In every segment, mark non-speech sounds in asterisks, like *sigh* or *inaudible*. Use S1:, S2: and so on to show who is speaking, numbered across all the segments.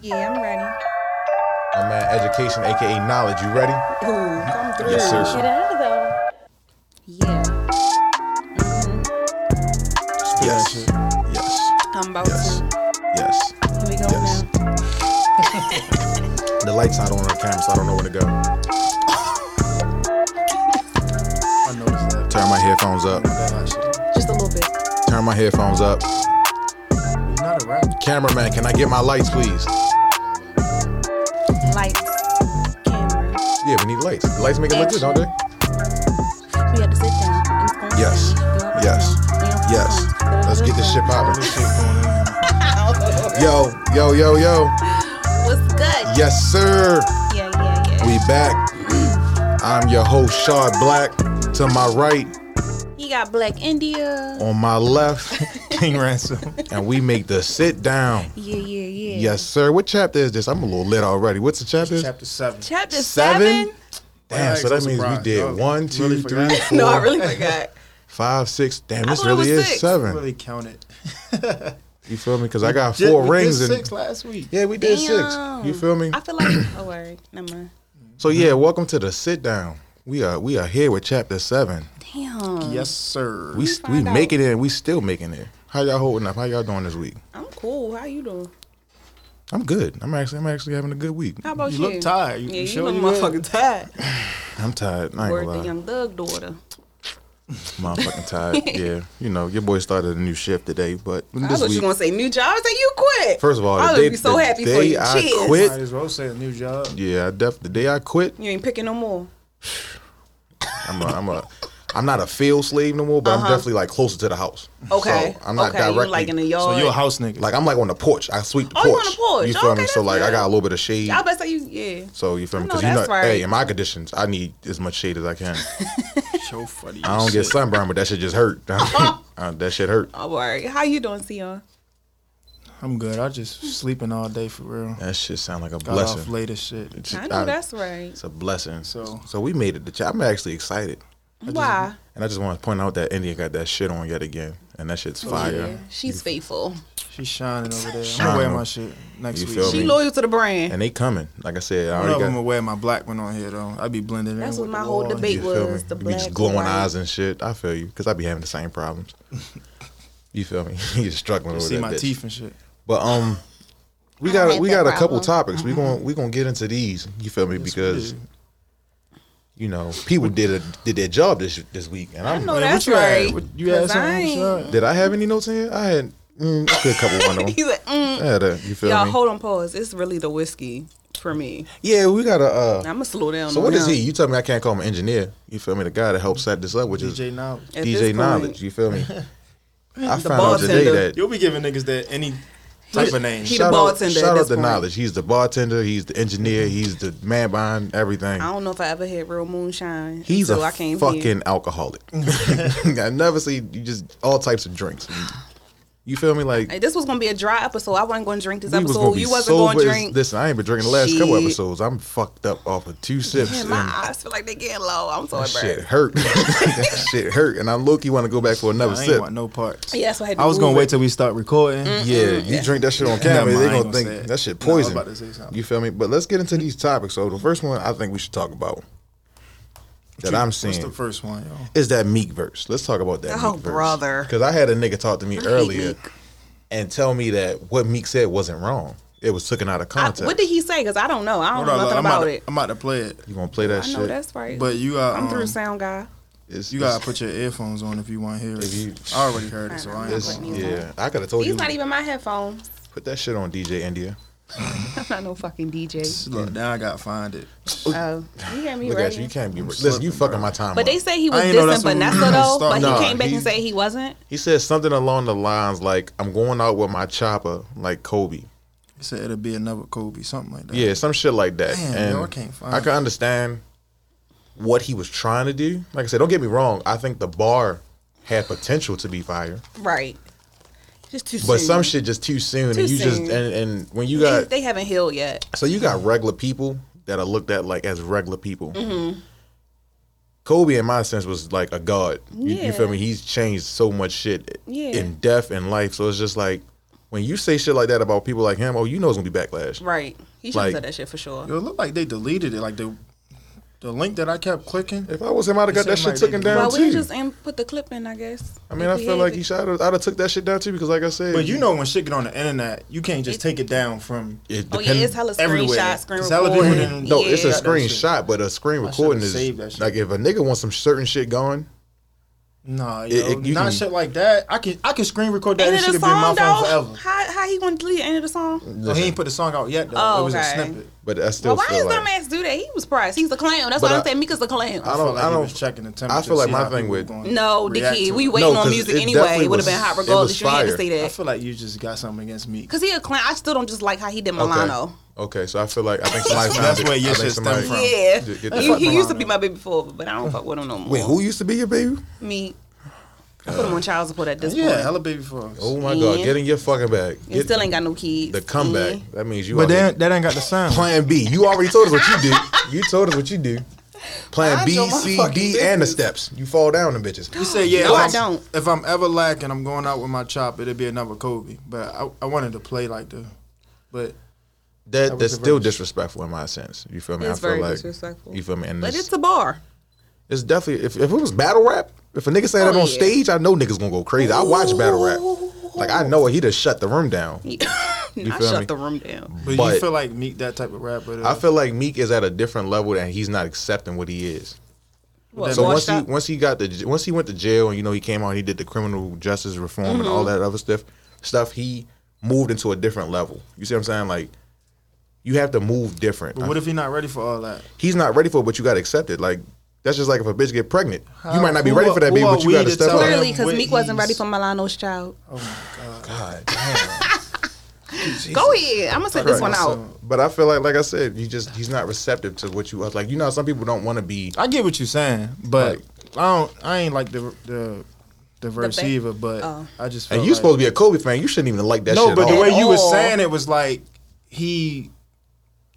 S1: Yeah, I'm ready.
S2: My man, education, aka knowledge. You ready?
S1: Ooh, come through.
S2: Yes, sir.
S3: Get out of there.
S1: Yeah.
S2: Yes. Yes.
S1: I'm about
S2: Yes.
S1: to.
S2: Yes.
S1: Here we go
S2: Yes.
S1: *laughs* now.
S2: The light's not on on camera, so I don't know where to go.
S4: I noticed that.
S2: Turn my headphones up.
S1: Just a little bit.
S2: Turn my headphones up.
S4: He's not a rapper.
S2: Cameraman, can I get my lights, please?
S1: Lights. Camera.
S2: Yeah, we need lights. Lights make it look good, don't they?
S1: We had to sit down. and it's gonna
S2: Yes.
S1: be good.
S2: Yes.
S1: We don't
S2: Yes.
S1: complain.
S2: Let's get this shit
S4: All
S2: popping.
S4: this shit going
S2: *laughs*
S4: in.
S2: Yo, yo, yo, yo.
S1: What's good?
S2: Yes, sir.
S1: Yeah, yeah, yeah.
S2: We back. I'm your host, Shard Black. To my right,
S1: He got Black India.
S2: on my left, *laughs*
S4: King Ransom.
S2: and we make the sit down.
S1: Yeah, yeah, yeah.
S2: Yes, sir. What chapter is this? I'm a little lit already. What's the chapter?
S4: Chapter 7.
S1: Chapter
S2: Seven?
S1: seven.
S2: Damn, so that means we
S4: Surprise.
S2: did
S4: Y'all
S2: one,
S4: really
S2: two, three,
S1: *laughs*
S4: forgot.
S1: No, I
S2: four,
S1: really
S2: *laughs*
S1: forgot.
S2: five, six. Damn, this
S1: thought it
S2: really
S1: was
S2: is
S1: six.
S2: seven.
S4: Really count it.
S2: You feel me? Because I got
S4: Just-
S2: four
S4: we did
S2: rings and
S4: six last week.
S2: yeah, we did
S1: Damn.
S2: six. You feel me?
S1: I feel like. Oh, word. Never mind.
S2: So yeah, welcome to the sit down. We are we are here with chapter seven.
S1: Damn.
S4: Yes, sir.
S2: We we
S1: find out.
S2: making it. and We still making it. How y'all holding up? How y'all doing this week?
S1: I'm cool. How you doing?
S2: I'm good. I'm actually I'm actually having a good week.
S1: How about
S4: you
S1: you?
S4: look tired. You,
S1: Yeah,
S4: you
S1: you
S4: sure
S1: look
S4: you good?
S1: motherfucking tired.
S2: I'm tired. I ain't
S1: Word
S2: gonna
S1: the
S2: lie.
S1: young thug daughter. *laughs*
S2: Motherfucking tired. Yeah, you know your boy started a new shift today, but
S1: I
S2: this
S1: thought you
S2: week.
S1: were gonna say new job. I was like, you quit.
S2: First of all,
S1: I
S2: the
S1: would
S2: day,
S1: be so
S2: the
S1: happy
S2: day
S1: for you.
S2: I
S1: Cheers.
S2: quit.
S4: Might as well say a new job.
S2: Yeah, I def- the day I quit,
S1: You ain't picking no more.
S2: I'm a, I'm a, I'm not a field slave no more, but I'm definitely like closer to the house.
S1: Uh-huh. Okay.
S2: So I'm not
S1: okay.
S2: directly
S1: You like in the yard.
S4: So you a house nigga.
S2: like I'm like on the porch. I sweep the
S1: Oh,
S2: porch.
S1: you on the porch.
S2: You feel
S1: Okay,
S2: me? So
S1: that's
S2: like I
S1: good.
S2: got a little bit of shade.
S1: I bet say you. Yeah.
S2: So you feel me?
S1: I know
S2: Because you know,
S1: that's right.
S2: hey, in my conditions, I need as much shade as
S1: *laughs*
S2: I can.
S4: so funny.
S2: I don't get
S4: Shit.
S2: sunburn, but that shit just hurt. *laughs*
S1: *laughs*
S2: Uh, that shit hurt.
S1: Oh, word. How you doing, Sion?
S4: I'm good. I just sleeping all day for real.
S2: That shit sound like a
S4: Got off
S2: blessing.
S4: late as shit.
S2: It's-
S1: I know that's right.
S2: It's a blessing. So
S4: So-
S2: so we made it. to ch- I'm actually excited,
S1: Why?
S2: and I just want to point out that India got that shit on yet again, and that shit's fire.
S1: Yeah, she's faithful.
S4: She's shining over there. I'm
S2: Shining.
S4: gonna wear my shit next
S2: You
S4: week.
S2: feel
S1: She
S2: me?
S1: loyal to the brand.
S2: And they coming. Like I said, I
S4: I don't know if
S2: already
S4: I'm gonna
S2: got.
S4: wear my black one on here though. I be blending
S1: That's
S4: in
S1: what
S4: with
S1: my
S4: the
S1: whole
S4: wall.
S1: debate
S2: You feel me?
S1: was the
S2: You be
S1: black.
S2: just glowing
S1: and white.
S2: eyes and shit. I feel you, cause I be having the same problems. You feel me? *laughs* you struggling
S4: You
S2: with
S4: see
S2: that
S4: my
S2: bitch.
S4: teeth and shit.
S2: But um, we
S1: I don't
S2: got
S1: have
S2: we
S1: that
S2: got a couple
S1: problem.
S2: topics.
S1: *laughs*
S2: We going we gonna get into these. You feel me? because
S4: do.
S2: you know people did a, did their job this this week, and
S1: I
S2: I'm
S1: know
S4: Man,
S1: that's
S4: what you
S1: right.
S4: Had? What, you had
S1: 'Cause I ain't-
S4: something? What you
S2: did I have any notes in here? I had mm, I
S1: *laughs*
S2: could couple one of
S1: He's
S2: them.
S1: like, mm.
S2: I had a, you feel
S1: y'all
S2: me?
S1: hold on pause. It's really the whiskey for me.
S2: yeah, we got a. Uh,
S1: I'm gonna slow down.
S2: so
S1: on
S2: what is
S1: him.
S2: he? You tell me I can't call him engineer. You feel me? The guy that helped set this up, which
S4: had?
S2: is
S4: DJ now.
S1: At this
S2: DJ
S1: point,
S2: Knowledge. You
S1: *laughs*
S2: feel me? I found out
S1: bartender.
S2: today that
S4: You'll be giving niggas that any type of name.
S1: He the bartender
S2: Out,
S1: at
S2: shout out
S1: this
S2: the
S1: point.
S2: knowledge. He's the bartender. He's the engineer. He's the man behind everything.
S1: I don't know if I ever had real moonshine.
S2: He's
S1: until
S2: a
S1: I came
S2: fucking
S1: Here. *laughs*
S2: alcoholic. *laughs* I never see you just all types of drinks. You feel me? Like
S1: Like, this was gonna be a dry episode. I wasn't gonna drink this
S2: we was
S1: episode.
S2: gonna be
S1: you wasn't
S2: sober.
S1: gonna
S2: as-
S1: drink.
S2: Listen, I ain't been drinking the last couple
S1: Shit.
S2: episodes. I'm fucked up off of two sips.
S1: Man,
S2: and
S1: my eyes feel like they getting low. I'm so
S2: that shit
S1: embarrassed.
S2: hurt. *laughs* that shit hurt. And I low key want to go back for another
S4: I ain't
S2: sip.
S4: want no parts.
S1: Yeah, that's why I had to
S4: I was gonna
S1: move
S4: wait
S1: it. Mm.
S4: till we start recording.
S2: Yeah, you drink that shit on
S4: Never
S2: camera,
S4: mind,
S2: they
S4: I
S2: gonna
S4: ain't gonna
S2: think
S4: say it.
S2: that shit
S4: No, I was
S2: poison.
S4: about to say something.
S2: You feel me? But let's get into these topics. So the first one I think we should talk about that I'm seeing
S4: What's the first one, y'all?
S2: is that Meek verse. Let's talk about that.
S1: Oh,
S2: Meek
S1: brother.
S2: Because I had a nigga talk to me
S1: hate
S2: earlier
S1: Meek.
S2: and tell me that what Meek said wasn't wrong. It was taken out of
S1: I-
S2: context.
S1: what did he say? Because I don't know. I don't
S4: Hold
S1: know
S4: on,
S1: nothing
S4: I'm
S1: about
S4: about,
S1: it.
S4: to, I'm about to play it.
S2: you gonna play that
S1: I
S2: shit?
S1: know that's right.
S4: But you got
S1: I'm through
S4: um,
S1: sound guy.
S2: It's-
S4: you
S2: it's-
S4: gotta put your earphones on if you want to hear it.
S2: If you-
S4: I already heard it, so I ain't.
S2: it's-
S4: Going.
S2: yeah. I could have told
S1: These
S2: you.
S1: not even my headphones. *laughs*
S2: put that shit on DJ India.
S1: I'm not no fucking DJ.
S4: Look, now I gotta find it.
S1: Oh, you hear me
S2: Look
S1: ready?
S2: at you. You can't be.
S4: I'm
S2: Listen, you
S4: slipping,
S2: fucking
S4: bro.
S2: my time.
S1: But
S2: up.
S1: they say he was
S4: I ain't know
S1: dissing
S4: that's what we
S1: Vanessa
S4: were
S1: though, but
S4: starting.
S2: Nah,
S1: he came back
S2: he-
S1: and said he wasn't.
S2: He said something along the lines like, "I'm going out with my chopper, like Kobe."
S4: It said it'll be another Kobe, something like that.
S2: Yeah, some shit like that.
S4: Damn,
S2: and
S4: yo, I can't find
S2: I can understand what he was trying to do. Like I said, don't get me wrong. I think the bar had potential to be fire,
S1: Right. Just too
S2: but
S1: soon.
S2: some shit just too soon.
S1: Too
S2: and you just
S1: soon.
S2: and, and when you
S1: they,
S2: got
S1: *laughs* they haven't healed yet.
S2: so you got regular people that are looked at like as regular people.
S1: Mm-hmm.
S2: Kobe, in my sense, was like a god. You, you feel
S1: Yeah.
S2: me? He's changed so much shit
S1: Yeah.
S2: in death and life. So it's just like when you say shit like that about people like him, oh, you know it's gonna be backlash.
S1: Right. He should have
S2: Like-
S1: said that shit for sure.
S4: It looked like they deleted it. Like the the link that I kept clicking.
S2: If I was him, I'd have got
S4: It
S2: that
S4: seemed
S2: shit
S4: like
S2: taken
S4: they-
S2: down
S1: Well, we
S2: too.
S1: just in, put the clip in, I guess.
S2: I mean, I feel like he should. I'd have took that shit down too because, like I said,
S4: But you know, when shit get on the internet, you can't just take it down from.
S2: it
S1: Oh yeah,
S2: depend-
S1: it's hella
S4: everywhere.
S1: screenshots, screen
S4: It's hella people
S1: recording.
S4: didn't-
S2: No, it's a
S1: Yeah.
S4: that screen- shit.
S2: screenshot, but a screen recording
S4: saved that
S2: is
S4: shit.
S2: like if a nigga wants some certain shit gone.
S4: Nah, yo,
S2: It- it- you
S4: not
S2: can-
S4: shit like that. I can I can screen record that.
S1: Ain't
S4: It
S1: it
S4: should
S1: a
S4: have been my
S1: song
S4: phone
S1: though?
S4: forever.
S1: How how he gonna delete end of the song?
S4: No, Oh, he ain't put the song out yet though.
S1: Oh,
S4: it was
S1: okay.
S4: a snippet.
S2: But I still
S1: Well, why
S2: feel
S1: his
S2: like
S1: dumb ass do that? He was priced. He's a clown. That's
S2: But
S1: why I,
S2: I-
S1: said Mika's a clown.
S2: I don't.
S4: I feel like
S2: I
S4: he
S2: don't.
S4: was checking the temperature.
S2: I feel like
S4: see
S2: my
S4: how
S2: thing
S4: people
S2: with-
S4: gonna
S1: no,
S4: react
S1: Dickie,
S4: to
S1: we
S4: it.
S1: waiting
S2: No,
S1: on
S2: 'cause
S1: music
S2: it
S1: anyway.
S2: definitely
S1: It would have been
S2: was-
S1: hot
S2: it was
S1: regardless. You had to
S2: fire.
S1: say
S4: I
S1: that.
S4: feel like you just got something against me.
S1: Cause he a clown. I still don't just like how he did
S2: okay.
S1: Milano.
S2: Okay, so I feel like I
S1: *laughs*
S2: think somebody
S4: That's-
S2: found
S4: that's
S2: it.
S4: where
S2: I
S4: your
S2: think
S4: shit stem
S2: somebody-
S4: from.
S1: Yeah,
S2: Get- get the
S1: he,
S2: fuck
S1: he used to
S4: Milano.
S1: be my baby before, but I don't fuck with him no more.
S2: Wait, who used to be your baby?
S1: Me, I put him on child support at this
S4: Yeah,
S1: point.
S4: hella baby for us.
S2: Oh my god,
S1: Yeah.
S2: getting your fucking back.
S1: And still ain't got no kids.
S2: the comeback.
S1: Yeah.
S2: That means you.
S4: But
S2: already-
S4: that that ain't got the sound.
S2: Plan B. You already told us what you do.
S1: *laughs*
S2: You told us what you do. Plan
S1: Mind
S2: B,
S1: your
S2: C,
S1: motherfucking
S2: D, and the steps. You fall down, the bitches.
S4: You say yeah.
S1: No, I
S4: if I'm-
S1: don't.
S4: If I'm ever lacking, I'm going out with my chop. It'll be another Kobe. But I, I wanted to play like the, but
S2: That
S4: was
S2: that's
S4: the
S2: still
S4: version.
S2: disrespectful in my sense. You feel me?
S1: It's
S2: I feel
S1: very
S2: like
S1: disrespectful.
S2: You feel me? And
S1: But
S2: this,
S1: it's
S2: it's,
S1: a bar.
S2: definitely if, if it was battle rap, if a nigga say that
S1: Oh,
S2: on
S1: yeah. Oh.
S2: stage, I know niggas gonna go crazy. I watch battle rap. Like I know it. He just shut the room down.
S1: *laughs* I
S2: feel
S1: shut
S2: me?
S1: the room down.
S4: but,
S2: But-
S4: you feel like Meek that type of rapper. though.
S2: I feel like Meek is at a different level and he's not accepting what he is.
S1: What,
S2: So once
S1: washed
S2: he
S1: up?
S2: once he got the once he went to jail and you know he came out and he did the criminal justice reform and all
S1: Mm-hmm.
S2: that other stuff stuff he moved into a different level. You see what I'm saying? Like you have to move different.
S4: But what if he not ready for all that?
S2: He's not ready for it, but you got to accept it. Like that's just like if a bitch get pregnant, you
S4: How-
S2: might not be
S4: who
S2: ready
S4: are-
S2: for that
S4: who
S2: baby,
S4: are
S2: but you
S4: we
S2: got to
S4: to
S2: step
S4: tell
S2: up.
S4: him?
S1: Clearly, because
S4: What
S1: Meek wasn't
S4: he's-
S1: ready for Milano's child.
S2: God damn.
S1: Go ahead. I'm gonna set this
S2: Right.
S1: one out.
S4: So-
S2: But I feel like, like I said, you just he's not receptive to what you like. You know, how some people don't want to be.
S4: I get what you're saying, but I don't. I ain't like the the the verse
S1: ba-
S4: either. But
S1: Oh.
S4: I just felt
S2: And you
S4: like,
S2: supposed to be a Kobe fan. You shouldn't even like that
S4: no.
S2: shit.
S4: But
S2: at
S4: the
S2: all.
S4: way you was
S1: all.
S4: saying it was like he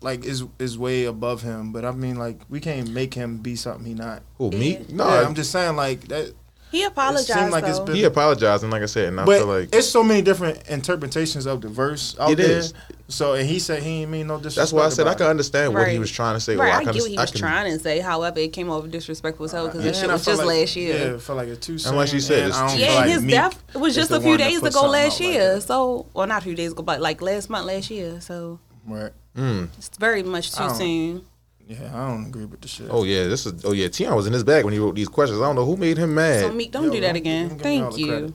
S4: like is is way above him. But I mean, like we can't make him be something he not.
S2: Who, Meek? No,
S4: yeah, I'm just saying like that.
S1: He apologized.
S4: like it's
S1: though.
S4: been-
S2: he apologized, and like I said, and I
S4: But
S2: feel like
S4: it's so many different interpretations of the verse out
S2: It
S4: there.
S2: is.
S4: So and he said he ain't mean no disrespect.
S2: That's why I said I
S4: about
S2: can
S4: it.
S2: understand what he was trying to say. or
S1: Right,
S2: I,
S1: I,
S2: can
S1: get what he
S2: I
S1: was
S2: can-
S1: trying to say. However, it came off disrespectful as hell because
S4: And
S1: that shit
S4: I
S1: was
S4: felt
S1: just
S4: like-
S1: last
S4: Yeah,
S1: year.
S4: it felt like it's too soon.
S2: And like you said,
S4: and
S2: it's
S4: I don't
S2: too
S1: Yeah,
S4: feel
S2: soon.
S4: like
S1: and his
S4: Meek
S1: death was
S4: is
S1: just
S4: the
S1: a few
S4: one that
S1: days
S4: put
S1: ago
S4: something
S1: last
S4: out like
S1: year.
S4: that.
S1: so, well, not a few days ago, but like last month, last year. So
S4: Right.
S1: it's very much too
S4: I don't-
S1: soon.
S4: Yeah, I don't agree with the shit.
S2: Oh yeah, this is. Oh yeah, Tion was in his bag when he wrote these questions. I don't know who made him mad.
S1: So Meek, don't
S4: Yo,
S1: do that
S4: don't-
S1: again.
S4: don't give me all
S1: Thank
S4: the
S1: you,
S4: credit.
S2: you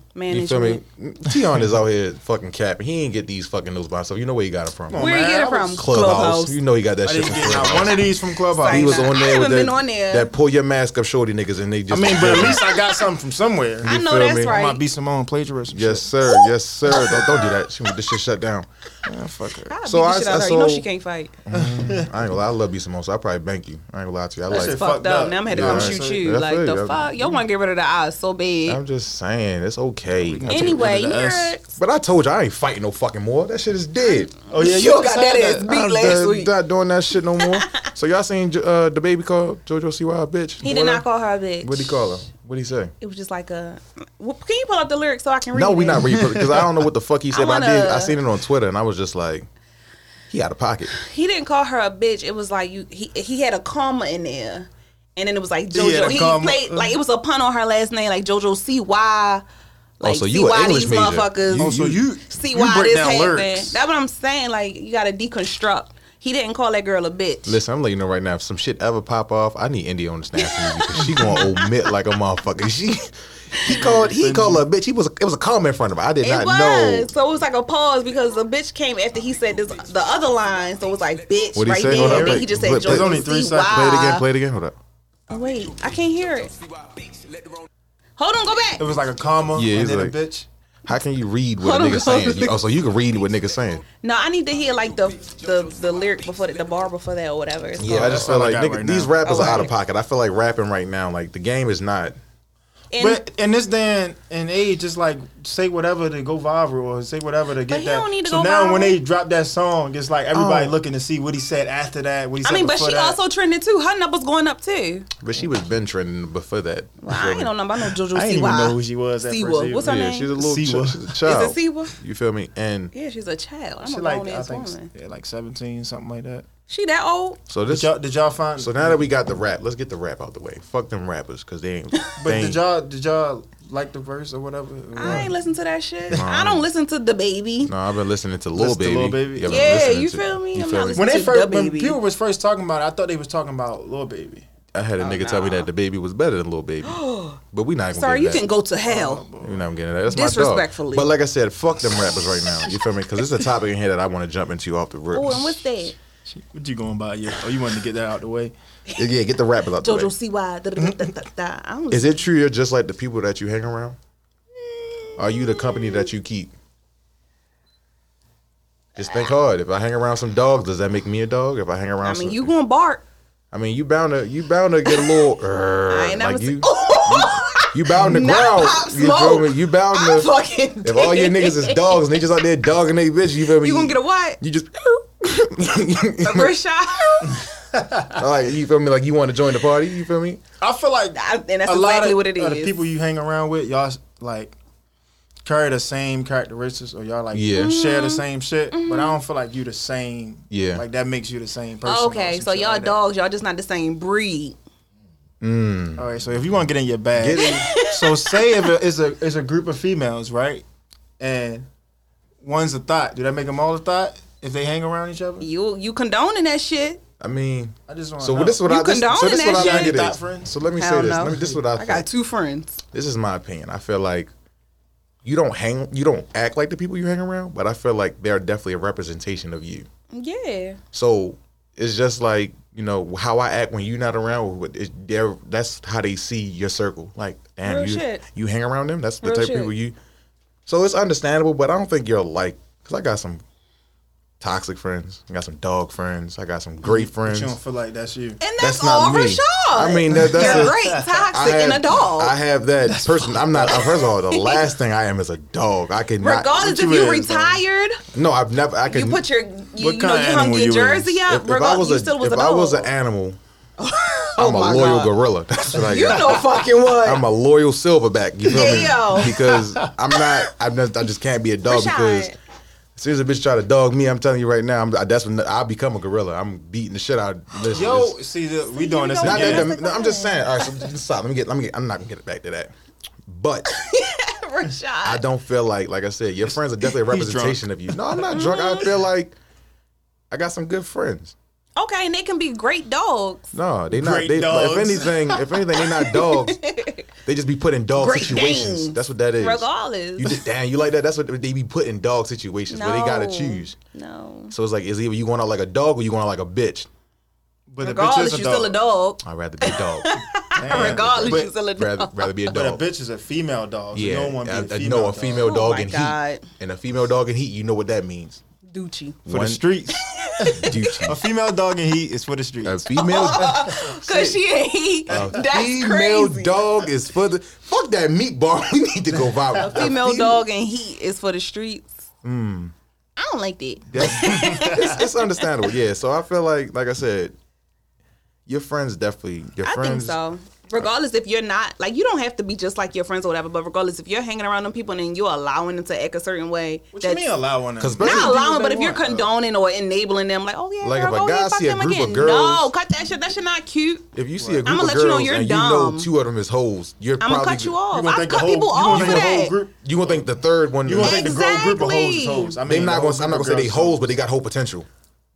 S2: feel me?
S1: management.
S2: Tion is out here fucking capping. He ain't get these fucking news by himself. You know where he got it from?
S4: Come on,
S1: Where you
S4: man,
S1: get
S4: I
S1: it from?
S4: was-
S2: Clubhouse. You know he got that
S4: I
S2: shit
S4: didn't
S2: from
S4: get not
S2: Clubhouse.
S4: one of these from Clubhouse.
S2: He was
S1: Nah,
S2: on
S1: I
S2: there with
S1: haven't
S2: that,
S1: been on there.
S2: that pull your mask up shorty niggas, and they
S4: I
S2: just.
S4: mean, but at least I got something from somewhere.
S1: I know
S2: feel
S1: that's
S2: me?
S4: I
S1: right.
S4: might be Simone plagiarism.
S2: Yes sir, yes sir. Don't, don't do that. She want this shit shut down.
S4: shit. Man, fuck her.
S1: I'll
S2: So
S1: beat the
S2: I-
S1: shit out of
S2: I
S1: her. You know
S2: saw-
S1: she can't fight.
S2: I ain't gonna lie. I love you some more, so I probably bank you. I ain't gonna lie to you. I
S4: That
S2: like.
S4: shit
S1: fucked
S4: fucked
S1: up.
S4: up.
S1: Now I'm had to
S4: Yeah,
S1: come
S4: I
S1: shoot
S4: see.
S1: you.
S2: That's
S1: Like
S2: it.
S1: the
S2: That's-
S1: fuck, y'all want to get rid of the eyes so bad.
S2: I'm just saying, it's okay.
S4: gonna take
S1: Anyway,
S4: rid of the ass.
S1: here.
S2: But I told you I ain't fighting no fucking more. That shit is dead.
S4: Oh yeah,
S1: You
S4: you
S1: got that ass beat
S2: I'm
S1: last
S2: done-
S1: week.
S2: not doing that shit
S1: *laughs*
S2: no more. so y'all seen Jo- uh, the baby call JoJo Siwa a bitch?
S1: He did
S2: What
S1: not
S2: up?
S1: call her a bitch.
S2: What'd he call her? What'd he say?
S1: It was just like a. Well, can you pull up the lyrics so I can read?
S2: No, we
S1: it?
S2: not reading because I don't know what the fuck he
S1: *laughs*
S2: said. but I did.
S1: wanna-
S2: I seen it on Twitter and I was just like, he out of pocket.
S1: He didn't call her a bitch. It was like you. He he had a comma in there, and then it was like
S4: He had
S1: JoJo.
S4: a
S1: He,
S4: comma.
S1: played like it was a pun on her last name, like JoJo. See why? Like,
S2: Oh, so
S1: see
S2: you a
S1: why
S2: English
S1: these
S2: major.
S1: motherfuckers?
S2: You-
S4: Oh, so you
S1: see
S4: you
S1: why
S4: break
S1: this
S4: down
S1: happened?
S4: lyrics.
S1: That's what I'm saying. Like you got to deconstruct. He didn't call that girl a bitch.
S2: Listen, I'm letting you know right now. If some shit ever pop off, I need India on the snap for me because she gonna
S1: *laughs*
S2: omit like a motherfucker. She he called he called her a bitch. He was it was a comma in front of her. I did
S1: It
S2: not
S1: was
S2: know.
S1: so it was like a pause because the bitch came after he said this the other line, so it was like bitch
S2: What'd
S1: right
S2: he say? Hold
S1: there.
S2: on,
S1: And then
S2: wait,
S1: he just said
S2: wait,
S1: JoJo.
S2: there's
S4: only three
S1: see
S4: seconds.
S2: Play it again.
S1: why.
S2: Play it again. Hold up.
S1: Oh, Wait, I can't hear it. Hold on, go back.
S4: It was like a comma
S2: Yeah,
S4: and
S2: he's
S4: then a
S2: like-
S4: bitch.
S2: How can you read what a
S1: Hold on,
S2: nigga
S1: hold on.
S2: saying? You- Oh, so you can read what niggas saying.
S1: No, I need to hear like the the, the lyric before that, the bar before that, or whatever. It's
S2: Yeah, I
S1: called.
S2: just
S4: That's all
S2: feel
S4: Oh, I
S2: like
S4: got
S2: nigga,
S4: right
S2: these
S4: now.
S2: rappers
S1: Oh,
S2: are out of
S1: okay.
S2: pocket. I feel like rapping right now, like the game is not
S1: And
S4: But in this day and- and age, it's like say whatever to go viral or say whatever to get
S1: he
S4: that.
S1: don't need to go
S4: so now
S1: viral.
S4: when they drop that song, it's like everybody
S2: Oh.
S4: looking to see what he said after that. What he
S1: I
S4: said
S1: mean, but
S4: before
S1: she
S4: that.
S1: also trended too. Her numbers going up too.
S2: But she was been trending before that.
S1: Well, I ain't don't know about no JoJo
S4: I
S1: Siwa.
S4: didn't even know who she was at
S1: Siwa.
S4: first. either.
S1: What's her
S2: yeah,
S1: name?
S2: she's a little
S4: Siwa.
S2: ch- she's a child.
S1: Is it Siwa?
S2: You feel me? And
S1: Yeah, she's a child. I'm
S4: She
S1: a
S4: like
S1: grown
S4: I
S1: ass
S4: think
S1: woman.
S4: yeah, like seventeen, something like that.
S1: She that old?
S2: so
S4: Did
S2: this.
S4: y'all, did y'all find?
S2: So now that we got the rap, let's get the rap out the way. Fuck them rappers, cause they ain't.
S4: *laughs* but
S2: they
S4: did
S2: ain't-
S4: y'all did y'all like the verse or whatever? Or
S1: I ain't listen to that shit.
S2: Nah.
S1: I don't listen to the baby.
S2: No, I've been listening to Lil
S4: Listen to
S2: Baby.
S4: Lil Baby.
S2: I've been
S1: Yeah,
S2: listening
S1: you
S2: to-
S1: feel me?
S2: You
S1: I'm not
S2: feel me?
S1: listening-
S4: when they
S1: to
S4: first
S1: the
S4: when
S1: baby.
S4: people was first talking about, it, I thought they was talking about Lil Baby.
S2: I
S1: Oh,
S2: had a nigga tell me that the baby was better than
S1: *gasps*
S2: Lil Baby, but we not.
S1: Sorry,
S2: going
S1: you can go to hell.
S2: You're not getting that. That's
S1: Disrespectfully.
S2: my dog. But like I said, fuck them rappers right now. You feel me? Because it's a topic in here that I want to jump into off the rip.
S1: Oh, and what's that?
S4: What you going by? Yeah, oh, you wanted to get that out the way.
S2: yeah, get the rappers out the
S1: JoJo
S2: way.
S1: Siwa. da- da- da- da- da. I don't
S2: Is
S1: listen-
S2: it true you're just like the people that you hang around? Are you the company that you keep? Just think hard. If I hang around some dogs, does that make me a dog? If I hang around,
S1: I mean,
S2: some,
S1: you gonna bark.
S2: I mean, you bound to you bound to get a
S1: *laughs*
S2: little.
S4: Uh,
S1: I ain't
S2: like
S1: never
S2: you,
S1: *laughs* seen. Oh,
S2: you bound to
S1: Not
S2: growl.
S1: Pop
S2: You feel me?
S1: Smoke.
S2: You bound
S1: I
S2: to.
S1: fucking.
S2: If all your
S1: did.
S2: niggas is dogs and they just out there dogging they bitch, you feel me?
S1: you gonna get a what?
S2: You just *laughs*
S1: A wrist shot?
S2: like you feel me? Like you want to join the party? You feel me?
S4: I feel like
S1: I- and that's
S4: a lot
S1: exactly
S4: of,
S1: what it
S4: of the
S1: is.
S4: people you hang around with, y'all s- like carry the same characteristics, or y'all like
S2: Yeah.
S4: share
S1: Mm-hmm.
S4: the same shit. But I don't feel like you the same.
S2: Yeah.
S4: like that makes you the same person. or
S1: Okay,
S4: some
S1: so
S4: shit
S1: y'all
S4: like that.
S1: dogs, y'all just not the same breed.
S4: All right, so if you want to get in your bag,
S2: Get
S4: so say if a, it's a it's a group of females, right, and one's a thought. Do that make them all a thought if they hang around each other?
S1: You you condoning that shit?
S2: I mean,
S4: I just want.
S2: so what this what
S1: You
S2: I this, so
S1: condoning
S2: this what
S1: that
S2: I
S1: shit?
S2: think
S4: Thought
S2: it
S4: friends?
S2: is. So let me say
S1: Hell
S2: this.
S1: no.
S2: Let me, this is what I,
S1: I
S2: think.
S1: got two friends.
S2: This is my opinion. I feel like you don't hang, you don't act like the people you hang around, but I feel like they're definitely a representation of you.
S1: Yeah.
S2: So it's just like you know how I act when you're not around. what- It, they're, that's how they see your circle. Like damn,
S1: Real
S2: you
S1: shit.
S2: you hang around them. That's the
S1: Real
S2: type
S1: shit.
S2: of people you. So it's understandable, but I don't think you're like because I got some toxic friends. I got some dog friends. I got some great
S4: Mm-hmm. But
S2: friends.
S4: you don't feel like that's you.
S1: And that's,
S2: That's not
S1: all
S2: me.
S1: Rashad.
S2: I mean, that- that's
S1: You're
S2: a- *laughs*
S1: great, toxic, and a dog.
S2: I have that person. I'm not. uh, First of all, the last thing I am is a dog. I can
S1: Regardless if
S4: you
S1: you
S4: is,
S1: retired,
S2: No, I've never. I
S1: you
S2: can.
S1: put your you, you
S4: kind
S1: know
S4: of
S1: you hung your
S4: animal you is?
S1: jersey up.
S2: if, if I
S1: Regardless,
S2: was
S1: you
S2: a,
S1: still was
S2: if
S1: a
S2: I
S1: dog.
S2: was
S1: *laughs*
S2: an animal, I'm a
S1: my
S2: loyal
S1: God.
S2: gorilla. *laughs* That's what I
S1: you
S2: got.
S1: know fucking what? *laughs*
S2: *laughs* I'm a loyal silverback. You feel me?
S1: Yo. *laughs*
S2: *laughs* Because I'm not. I'm not. I just can't be a dog
S1: Rashad.
S2: because. As soon as a bitch try to dog me, I'm telling you right now, I'm, I, that's when I'll become a gorilla. I'm beating the shit out. of this.
S4: Yo, see, the, we doing this
S1: go.
S2: Not that
S4: again.
S2: the- no, I'm just saying. All right, so just stop. Let me get. Let me get. I'm not gonna get back to that.
S1: *laughs*
S2: But
S1: Rashad.
S2: I don't feel like, like I said, your friends are definitely a
S4: He's
S2: representation of you. No, I'm not drunk.
S1: Mm-hmm.
S2: I feel like I got some good friends.
S1: okay, and they can be great dogs.
S2: No, they not.
S4: Great
S2: They,
S4: dogs.
S2: if anything, if anything, they
S1: *laughs*
S2: not dogs. They just be put in dog
S1: Great
S2: situations.
S1: Danes.
S2: That's what that is.
S1: Regardless.
S2: You just damn, you like that? That's what they be put in dog situations where they gotta choose.
S1: No.
S2: So it's like, is either you going out like a dog or you going out like a bitch?
S4: But the bitch
S1: Regardless,
S4: is
S1: you
S4: a
S1: still a
S4: dog.
S1: dog.
S2: I'd rather be
S1: *laughs*
S2: a dog.
S4: Damn.
S1: Regardless,
S4: But-
S1: you still a
S2: rather,
S1: dog.
S2: rather be a dog.
S4: But a bitch is a female dog. So
S2: yeah,
S4: you don't want
S2: I-
S4: to be
S2: I
S4: a female.
S2: know a female
S1: Oh
S2: dog
S1: my
S2: in
S1: God.
S2: heat, and a female dog in heat. You know what that means?
S1: Ducci.
S4: for the streets.
S2: duty.
S1: *laughs*
S4: a female dog in heat is for the streets.
S2: A female,
S1: Cause she ain't he. Oh, *laughs* That's
S2: female
S1: crazy.
S2: dog is for the fuck that meat bar. *laughs* We need to go viral.
S1: A female
S2: fem-
S1: dog and heat is for the streets. I don't like that.
S2: That's- *laughs* it's, it's understandable. Yeah. So I feel like, like I said, your friends definitely your
S1: I
S2: friends.
S1: think so. Regardless if you're not like you don't have to be just like your friends or whatever, but regardless if you're hanging around them people and then you're allowing them to act a certain way,
S4: what you mean allow one? of
S2: 'Cause
S4: them?
S2: bitch-
S1: not
S2: do
S1: allowing,
S4: what
S1: but
S4: they
S1: if you're
S4: want, though.
S1: condoning or enabling them, like, oh yeah,
S2: Like,
S1: girl,
S2: if a
S1: go ahead,
S2: guy
S1: fuck
S2: see a
S1: them
S2: group of
S1: again. no,
S2: girls-
S1: cut that shit. That shit not cute.
S2: If you see a group
S1: I'ma
S2: of
S1: let you
S2: girls
S1: know you're
S2: and you
S1: dumb.
S2: know two of them is hoes, you're
S1: I'm gonna
S2: probably
S1: cut you off.
S4: You gonna
S1: I
S4: think the
S1: cut
S4: whole-
S1: people
S4: you gonna
S1: off for
S4: think the whole
S1: that.
S4: group?
S2: You gonna think the third one?
S4: You gonna think the whole group of hoes
S1: Exactly.
S4: is hoes? I mean,
S2: they
S4: the
S2: not
S4: whole
S2: gonna. I'm not gonna
S4: group
S2: say
S4: of
S2: they
S4: girls
S2: hoes, but they got whole potential.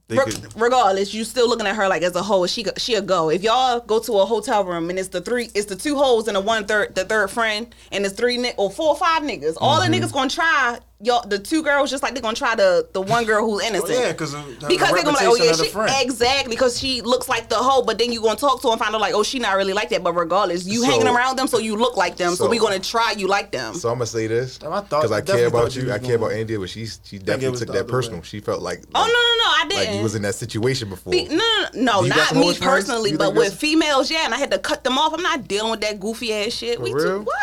S2: They
S1: Reg-
S2: could,
S1: regardless, you still looking at her like as a whole. She go- she a go. If y'all go to a hotel room and it's the three, it's the two hoes and the one third, the third friend, and it's three ni- or four or five niggas. All the niggas gonna try yo, the two girls just like they're gonna try the the one girl who's innocent.
S4: yeah, 'cause of the
S1: because they're gonna be like, oh
S4: reputation
S1: yeah,
S4: of the
S1: she
S4: friend.
S1: exactly because she looks like the hoe. But then you gonna talk to her and find out like, oh, she not really like that. But regardless, you
S2: So-
S1: hanging around them, so you look like them. So,
S2: so-
S1: we gonna try you like them.
S2: So I'm gonna say this
S4: Damn, I thought-
S2: because I,
S4: I
S2: care
S4: definitely
S2: about
S4: thought you
S2: you. I
S4: was
S2: care about
S4: gonna-
S2: Andy, but she she
S4: it
S2: definitely
S4: was
S2: took
S4: the
S2: that
S4: other
S2: personal.
S4: way.
S2: She felt like
S1: oh no, no, no, I
S2: like
S1: didn't.
S2: you was in that situation before.
S1: Be- no, no, no,
S2: You
S1: no
S2: got
S1: not
S2: some more
S1: me
S2: experience?
S1: personally,
S2: You
S1: but
S2: think
S1: with
S2: that's-
S1: females, yeah, and I had to cut them off. I'm not dealing with that goofy ass shit.
S2: For
S1: we too,
S2: real?
S1: what?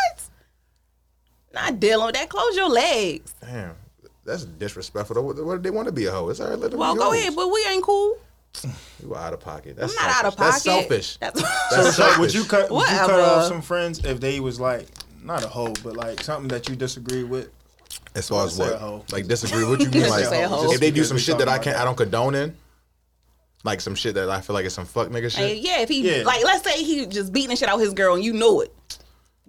S1: Not dealing with that. Close your legs.
S2: Damn, that's disrespectful. What, what they want to be a hoe? It's all right. Let them
S1: Well,
S2: be
S1: go
S2: hoes.
S1: ahead, but we ain't cool.
S2: You were out of pocket. That's
S1: I'm not out of pocket.
S2: selfish. That's selfish.
S1: That's- *laughs*
S2: That's
S4: So
S2: selfish.
S4: would you cut would you cut
S1: Whatever.
S4: off some friends if they was like not a hoe, but like something that you disagree with?
S2: As far as
S4: Say a
S2: what?
S4: hoe.
S2: Like disagree?
S1: *laughs*
S2: What you mean?
S1: Just
S2: like
S1: say a hoe.
S2: if they do
S4: Just
S2: some
S4: because
S2: shit
S4: we
S2: that I
S4: talking
S2: can not
S4: about
S2: I don't condone in, like some shit that I feel like it's some fuck nigga
S1: Hey,
S2: shit.
S1: yeah, if he
S4: Yeah.
S1: like, let's say he just beating the shit out his girl, and you know it.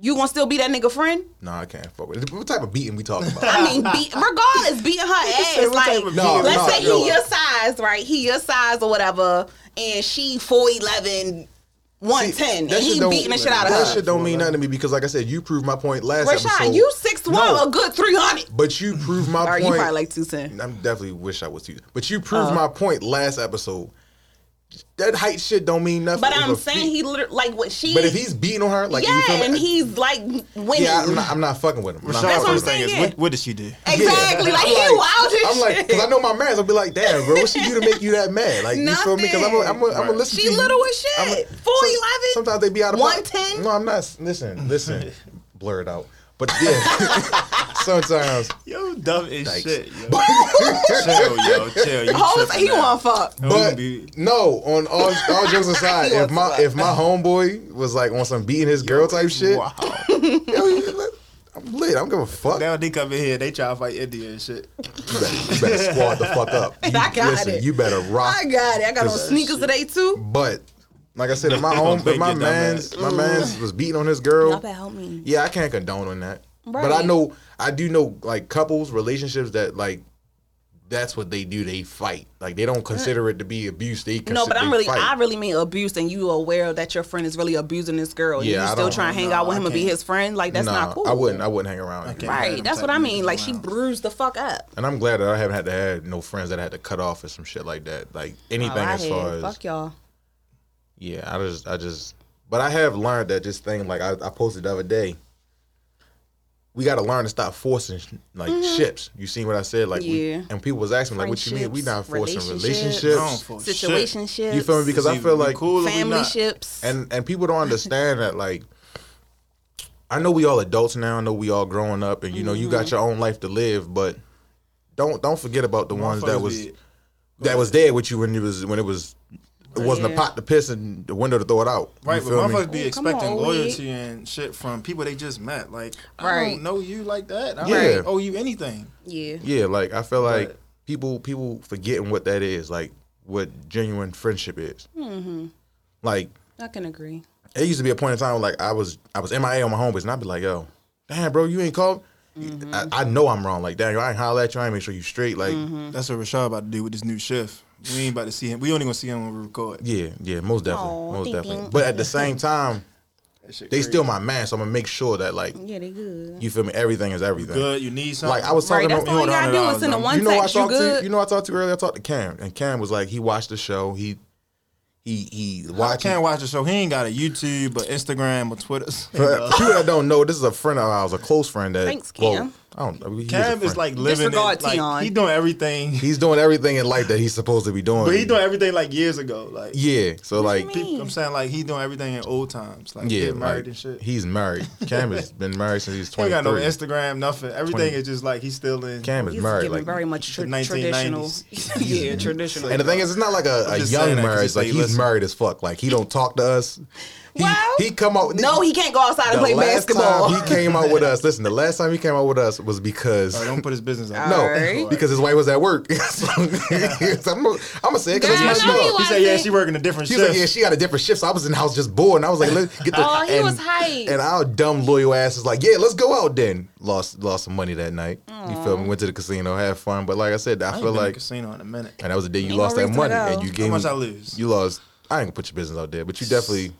S1: You gonna still be that nigga friend?
S2: Nah, I can't fuck with it. What type of beating we talking about?
S1: I mean,
S2: *laughs*
S1: beat, regardless, beating her
S4: say
S1: ass.
S4: what type
S1: Like,
S4: of beating
S1: let's
S2: we
S1: say
S2: talking
S1: he
S2: about.
S1: your size, right? He your size or whatever, and she 4'11", 110,
S2: That
S1: and *laughs*
S2: shit
S1: he
S2: don't-
S1: beating the shit out of
S2: that
S1: her.
S2: shit don't mean nothing to me because, like I said, you proved my point last
S1: Rashawn,
S2: episode.
S1: you six one,
S2: No.
S1: a good three hundred.
S2: But you proved my
S1: All right,
S2: point.
S1: you probably like Uh-huh. two ten.
S2: I definitely wish I was you. But you proved my point last episode. That height shit don't mean nothing.
S1: But
S2: It's
S1: I'm
S2: a
S1: saying
S2: feat.
S1: he liter- like what she.
S2: But if he's beating on her, like you feel
S1: yeah,
S2: me?
S1: and he's like winning.
S2: yeah, I'm not, I'm not fucking with him. I'm not
S1: That's
S2: fucking
S1: what I'm
S2: with him.
S1: saying, yeah.
S4: what did she do?
S1: exactly
S2: Yeah.
S1: like
S2: I'm
S1: he wild as
S2: I'm like,
S1: shit.
S2: because I know my man's. I'll be like, damn, bro, what she do to make you that mad? Like, you feel me? Because I'm gonna I'm I'm
S4: Right.
S2: listen
S1: She
S2: to you.
S1: little as shit.
S2: I'ma-
S1: Four
S2: some-
S1: eleven.
S2: Sometimes they be out of pocket.
S1: 110?
S2: No, I'm not. Listen,
S4: *laughs*
S2: listen, blur it out. But yeah,
S1: *laughs*
S2: sometimes.
S4: Yo, dumb as
S2: Yikes. *laughs*
S4: shit. Yo. chill, yo, chill. You
S1: Hoes,
S4: tripping
S1: he
S4: now.
S1: want fuck.
S4: Yo, you
S2: But
S4: be-
S2: no, on all, all jokes
S1: *laughs*
S2: aside,
S1: He
S2: if my
S1: wants to
S2: if my homeboy was like on some beating his girl type shit,
S4: Wow.
S2: yo, you let- I'm lit. I don't give a fuck.
S4: Now they come in here, they try to fight India and shit.
S2: You better, you better squad the fuck up. You,
S1: *laughs* I got
S2: listen,
S1: it.
S2: you better rock.
S1: I got it. I got on
S2: Cause-
S1: sneakers today too.
S2: But like I said, if my home, if
S4: Make
S2: my
S4: your dumb
S2: man's,
S4: ass.
S2: my man's was beating on his girl.
S1: Mm. Y'all better help me.
S2: Yeah, I can't condone on that. But I
S1: Right.
S2: know, I do know, like couples, relationships that like, that's what they do. They fight. Like they don't consider it to be abuse. They consider,
S1: No, but I'm
S2: they
S1: really,
S2: fight.
S1: I really mean abuse, and you aware that your friend is really abusing this girl, and
S2: Yeah, I
S1: you still
S2: don't-
S1: trying to hang
S4: no,
S1: out with
S4: I
S1: him and be
S4: can't.
S1: his friend. Like that's
S2: Nah,
S1: not cool.
S2: I wouldn't. I wouldn't hang around.
S4: I
S2: you.
S4: can't.
S1: Right. That's what I mean. Like she
S4: Wow.
S1: bruised the fuck up.
S2: And I'm glad that I haven't had to have no friends that I had to cut off or some shit like that. Like anything
S1: Oh, I
S2: as far
S1: had-
S2: as
S1: fuck y'all.
S2: Yeah, I just, I just, but I have learned that this thing, like I, I posted the other day, we got to learn to stop forcing like ships. You seen what I said? Like, we-
S1: Mm-hmm. Yeah.
S2: and people was asking like, what you mean? We not
S1: Friendships,
S2: forcing relationships.
S1: relationships.
S4: Don't for shit.
S1: Situationships.
S2: You feel me? Because I
S4: See,
S2: feel
S4: we
S2: like,
S4: cool or we
S1: family
S4: not?
S1: ships.
S2: and and people don't understand that. Like, I know we all adults now. I know we all growing up, and you know you
S4: Mm-hmm.
S2: got your own life to live, but don't don't forget about the ones that
S4: Motherfuckers
S2: was
S4: be-
S2: that was there with you when it was when it was. It wasn't a
S1: Yeah.
S2: pot to piss and the window to throw it out. You
S4: Right, but
S2: feel me?
S4: motherfuckers be
S1: Ooh, come
S4: expecting
S1: on, Wig.
S4: loyalty and shit from people they just met. Like, I
S1: Right.
S4: don't know you like that. I
S2: Yeah.
S4: don't owe you anything.
S1: yeah.
S2: Yeah, like I feel like
S4: But-
S2: people people forgetting what that is, like what genuine friendship is. Mm-hmm. Like
S1: I can agree.
S2: it used to be a point in time where like I was I was MIA on my homies, and I'd be like, yo, damn, bro, you ain't called.
S1: Mm-hmm.
S2: I, I know I'm wrong. Like, damn, I ain't holler at you. I ain't make sure you straight. Like,
S1: Mm-hmm.
S4: That's what Rashad about to do with this new shift. We ain't about to see him. We only gonna see him when we record.
S2: yeah, yeah, most definitely,
S1: Aw,
S2: most
S1: ding,
S2: definitely.
S1: ding.
S2: But at
S1: *laughs*
S2: the same time,
S4: That shit
S2: they
S4: crazy.
S2: still my man, so I'm gonna make sure that like
S1: Yeah, they good.
S2: you feel me. Everything is everything.
S4: good. You need something.
S2: Like I was talking
S1: Right, that's
S2: about
S1: all you
S4: hold on,
S1: gotta
S4: hold
S1: do
S4: on,
S1: is send a
S4: hold
S1: one
S2: you know,
S1: text.
S2: I
S1: You
S2: talked to
S1: good?
S2: you know I talked to earlier. I talked to Cam, and Cam was like, he watched the show. He he he
S4: I
S2: watched.
S4: can't watch the show. He ain't got a YouTube or Instagram or Twitter.
S2: For *laughs* people that don't know, this is a friend of ours, a close friend. That
S1: Thanks,
S2: well,
S1: Cam.
S2: I don't. know. he a
S4: Cam is
S2: friend.
S4: like living. It,
S1: Disregard
S4: like,
S1: Tion.
S4: he doing everything,
S2: he's doing everything in life that he's supposed to be doing.
S4: *laughs* but he doing everything like years ago. Like
S2: yeah. So like,
S1: mean?
S4: people, I'm saying, like he doing everything in old times. Like
S2: yeah,
S4: get married
S2: like,
S4: and shit. He
S2: he's
S4: *laughs*
S2: married. Cam has been married since he's
S4: ain't
S2: twenty
S4: got no
S2: three.
S4: Instagram, nothing. Everything is just like he's still in.
S2: Cam is
S1: He's
S2: married.
S1: giving
S2: Like,
S1: very much
S4: the
S1: tra- traditional. *laughs*
S2: *laughs*
S4: 1990s.
S1: yeah, traditional.
S2: and the thing is, it's not like a, a
S4: just
S2: young
S4: saying that 'cause
S2: marriage.
S4: it's
S2: Like
S4: like,
S2: he's
S4: listen.
S2: married as fuck. Like he don't talk to us. He,
S1: Well,
S2: he come out.
S1: no, he can't go outside and
S2: the
S1: play
S2: last
S1: basketball. *laughs*
S2: Time he came out with us. Listen, the last time he came out with us was because.
S4: Don't put his business
S2: *laughs*
S4: out.
S2: No,
S1: Alright.
S2: because his wife was at work. *laughs*
S4: *laughs*
S2: so, I'm gonna I'm gonna say it because
S1: Girl,
S2: it's my
S1: no, he
S2: dog.
S4: He said, "Yeah, she working a different
S2: She
S4: shift."
S2: was like, yeah, she got a different shift. So I was in the house just bored, and I was like, let's get the.
S1: Oh, he
S2: and,
S1: was hype.
S2: And our dumb loyal ass is like, yeah, let's go out then. Lost lost some money that night. You feel me? Went to the casino, had fun, but like I said, I,
S4: I ain't
S2: feel
S4: been to
S2: like,
S4: casino in a minute.
S2: and that was the day you
S1: Ain't
S2: lost
S1: no
S2: that
S1: reason to
S2: money, and
S1: go.
S2: you gave
S4: How much
S2: me-
S4: I lose?
S2: You lost. I ain't gonna put your business out there, but you definitely.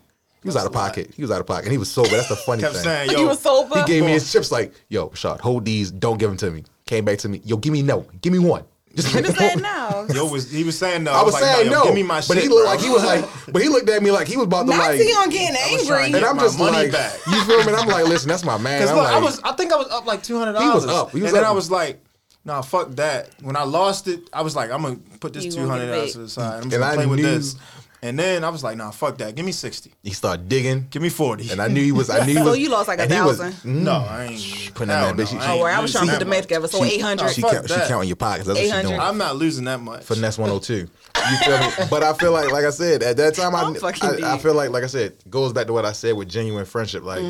S2: He was out of pocket. He was out of pocket, and he was sober. That's the funny
S4: Kept
S2: thing.
S4: saying,
S1: Like,
S4: "Yo,
S1: he was sober.
S2: He gave me his chips like, yo, Shot, hold these, don't give them to me. Came back to me. Yo, give me no. Give me one. Just give me
S1: *laughs* Just
S2: *laughs*
S1: saying
S2: one.
S1: no.
S4: Yo was he was saying no.
S2: I was
S4: like,
S2: saying
S4: nah, yo,
S2: no.
S4: Give me my
S2: but
S4: shit.
S2: he looked
S4: bro.
S2: like he was like, but he looked at me like he was about to
S1: Not
S2: like.
S1: see on getting
S4: was trying
S1: angry.
S2: and
S4: to
S2: I'm
S4: my
S2: just
S4: money
S2: like,
S4: back.
S2: you feel me? And I'm like, listen, that's my man.
S4: Because
S2: I'm
S4: look,
S2: like,
S4: I was, I think I was up like two hundred dollars.
S2: He was up. He was
S4: and then
S2: up.
S4: I was like, nah, fuck that. When I lost it, I was like, I'm gonna put
S1: You
S4: this
S1: gonna
S4: two hundred
S1: get
S4: dollars
S1: big.
S4: to the side. I'm
S2: And
S4: just gonna
S2: I
S4: play with
S2: knew-
S4: this. And then I was like, nah, fuck that. Give me sixty.
S2: he started digging,
S4: Give me forty.
S2: and I knew he was. I knew he was.
S1: *laughs* So you lost like a
S2: and he was-
S1: thousand.
S2: Mm,
S4: no, I ain't
S2: putting in that
S4: hell
S2: bitch.
S4: no,
S2: She-
S1: Don't worry, Oh, I was trying
S4: ain't
S1: to
S4: losing
S1: put the
S4: that much.
S1: math together. So eight hundred.
S2: uh, She
S4: fuck
S2: count, she
S4: that.
S2: counting your pockets. That's what she's
S1: 800.
S2: doing.
S4: I'm not losing that much.
S2: finesse 102. You feel me? But I feel like, like I said, at that time, I,
S1: I'm fucking
S2: I, I
S1: dead.
S2: feel like, like I said, goes back to what I said with genuine friendship. Like,